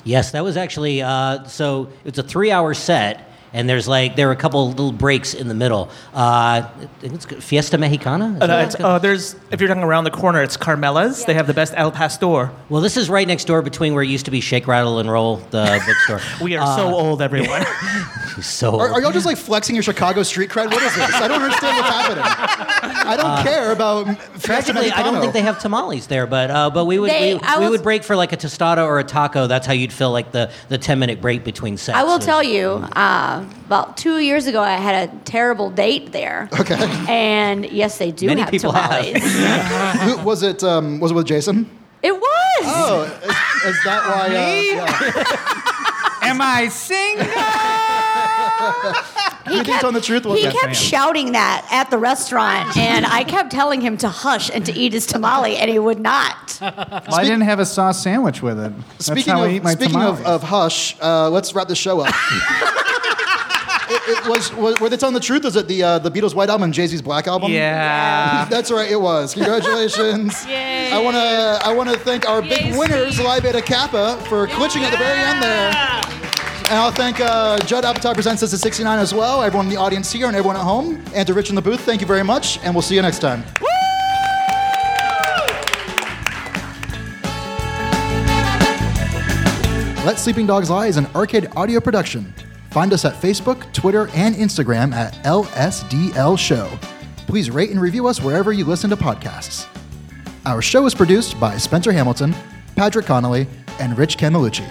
Speaker 9: Yes, that was actually uh, so. It's a three-hour set, and there's like there were a couple little breaks in the middle. Uh, I think it's good- Fiesta Mexicana. Is
Speaker 3: Uh,
Speaker 9: that
Speaker 3: no,
Speaker 9: what
Speaker 3: it's- uh, there's if you're talking around the corner, it's Carmela's. They have the best El Pastor.
Speaker 9: Well, this is right next door between where it used to be Shake, Rattle, and Roll, the bookstore. Uh,
Speaker 3: We are so old, everyone.
Speaker 9: so
Speaker 1: Are, are y'all just like flexing your Chicago street cred? What is this? I don't understand what's happening. I don't
Speaker 9: Uh,
Speaker 1: care about. Fiesta
Speaker 9: Tragically, I don't
Speaker 1: Mexicano.
Speaker 9: think they have tamales there, but uh, but we would
Speaker 4: They-
Speaker 9: we,
Speaker 4: I
Speaker 9: we
Speaker 4: was-
Speaker 9: would break for like a tostada or a taco. That's how you'd fill like the, the ten minute break between sets.
Speaker 4: I will tell you, uh, about two years ago, I had a terrible date there. Okay. And yes, they do
Speaker 1: Many
Speaker 4: have
Speaker 1: people
Speaker 4: tamales.
Speaker 1: Who, was it? Um, was it with Jason?
Speaker 4: It was.
Speaker 1: Oh, is, is that why? uh,
Speaker 12: Me?
Speaker 1: Am I single?
Speaker 4: He
Speaker 1: you think
Speaker 4: kept-
Speaker 1: on the truth was
Speaker 4: He kept shouting that at the restaurant, and I kept telling him to hush and to eat his tamale, and he would not.
Speaker 6: Well, I didn't have a sauce sandwich with it. That's
Speaker 1: Speaking
Speaker 6: how
Speaker 1: of
Speaker 6: I eat my
Speaker 1: speaking of, of
Speaker 6: tamales.
Speaker 1: Hush, uh, let's wrap the show up. it, it was, was were they telling the truth? Is it the uh, the Beatles' White Album and Jay Z's Black Album?
Speaker 3: Yeah.
Speaker 1: that's right. It was. Congratulations. I wanna I wanna thank our big winners, Li Beta Kappa, for glitching at the very end there. And I'll thank uh, Judd Apatow Presents This at 69 as well, everyone in the audience here and everyone at home. And to Rich in the booth, thank you very much, and we'll see you next time. Let Sleeping Dogs Lie is an arcade audio production. Find us at Facebook, Twitter, and Instagram at LSDL Show. Please rate and review us wherever you listen to podcasts. Our show is produced by Spencer Hamilton, Patrick Connolly, and Rich Camelucci.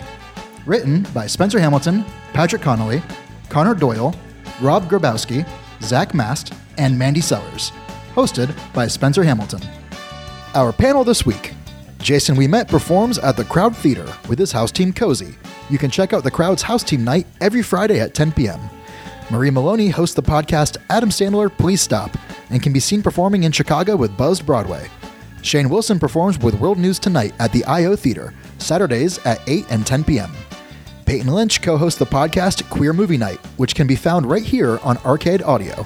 Speaker 1: Written by Spencer Hamilton, Patrick Connolly, Connor Doyle, Rob Grabowski, Zach Mast, and Mandy Sellers. Hosted by Spencer Hamilton. Our panel this week Jason We Met performs at the Crowd Theater with his house team Cozy. You can check out the Crowd's house team night every Friday at 10 p.m. Marie Maloney hosts the podcast Adam Sandler Please Stop and can be seen performing in Chicago with Buzzed Broadway. Shane Wilson performs with World News Tonight at the IO Theater, Saturdays at 8 and 10 p.m. Peyton Lynch co hosts the podcast Queer Movie Night, which can be found right here on Arcade Audio.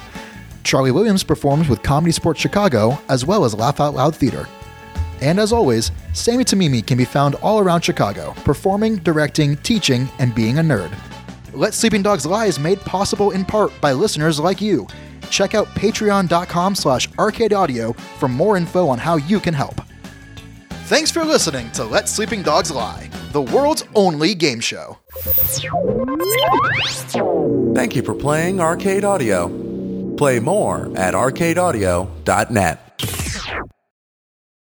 Speaker 1: Charlie Williams performs with Comedy Sports Chicago as well as Laugh Out Loud Theater. And as always, Sammy Tamimi can be found all around Chicago, performing, directing, teaching, and being a nerd. Let Sleeping Dogs Lie is made possible in part by listeners like you. Check out patreon.com slash arcadeaudio for more info on how you can help. Thanks for listening to Let Sleeping Dogs Lie, the world's only game show.
Speaker 14: Thank you for playing Arcade Audio. Play more at arcadeaudio.net.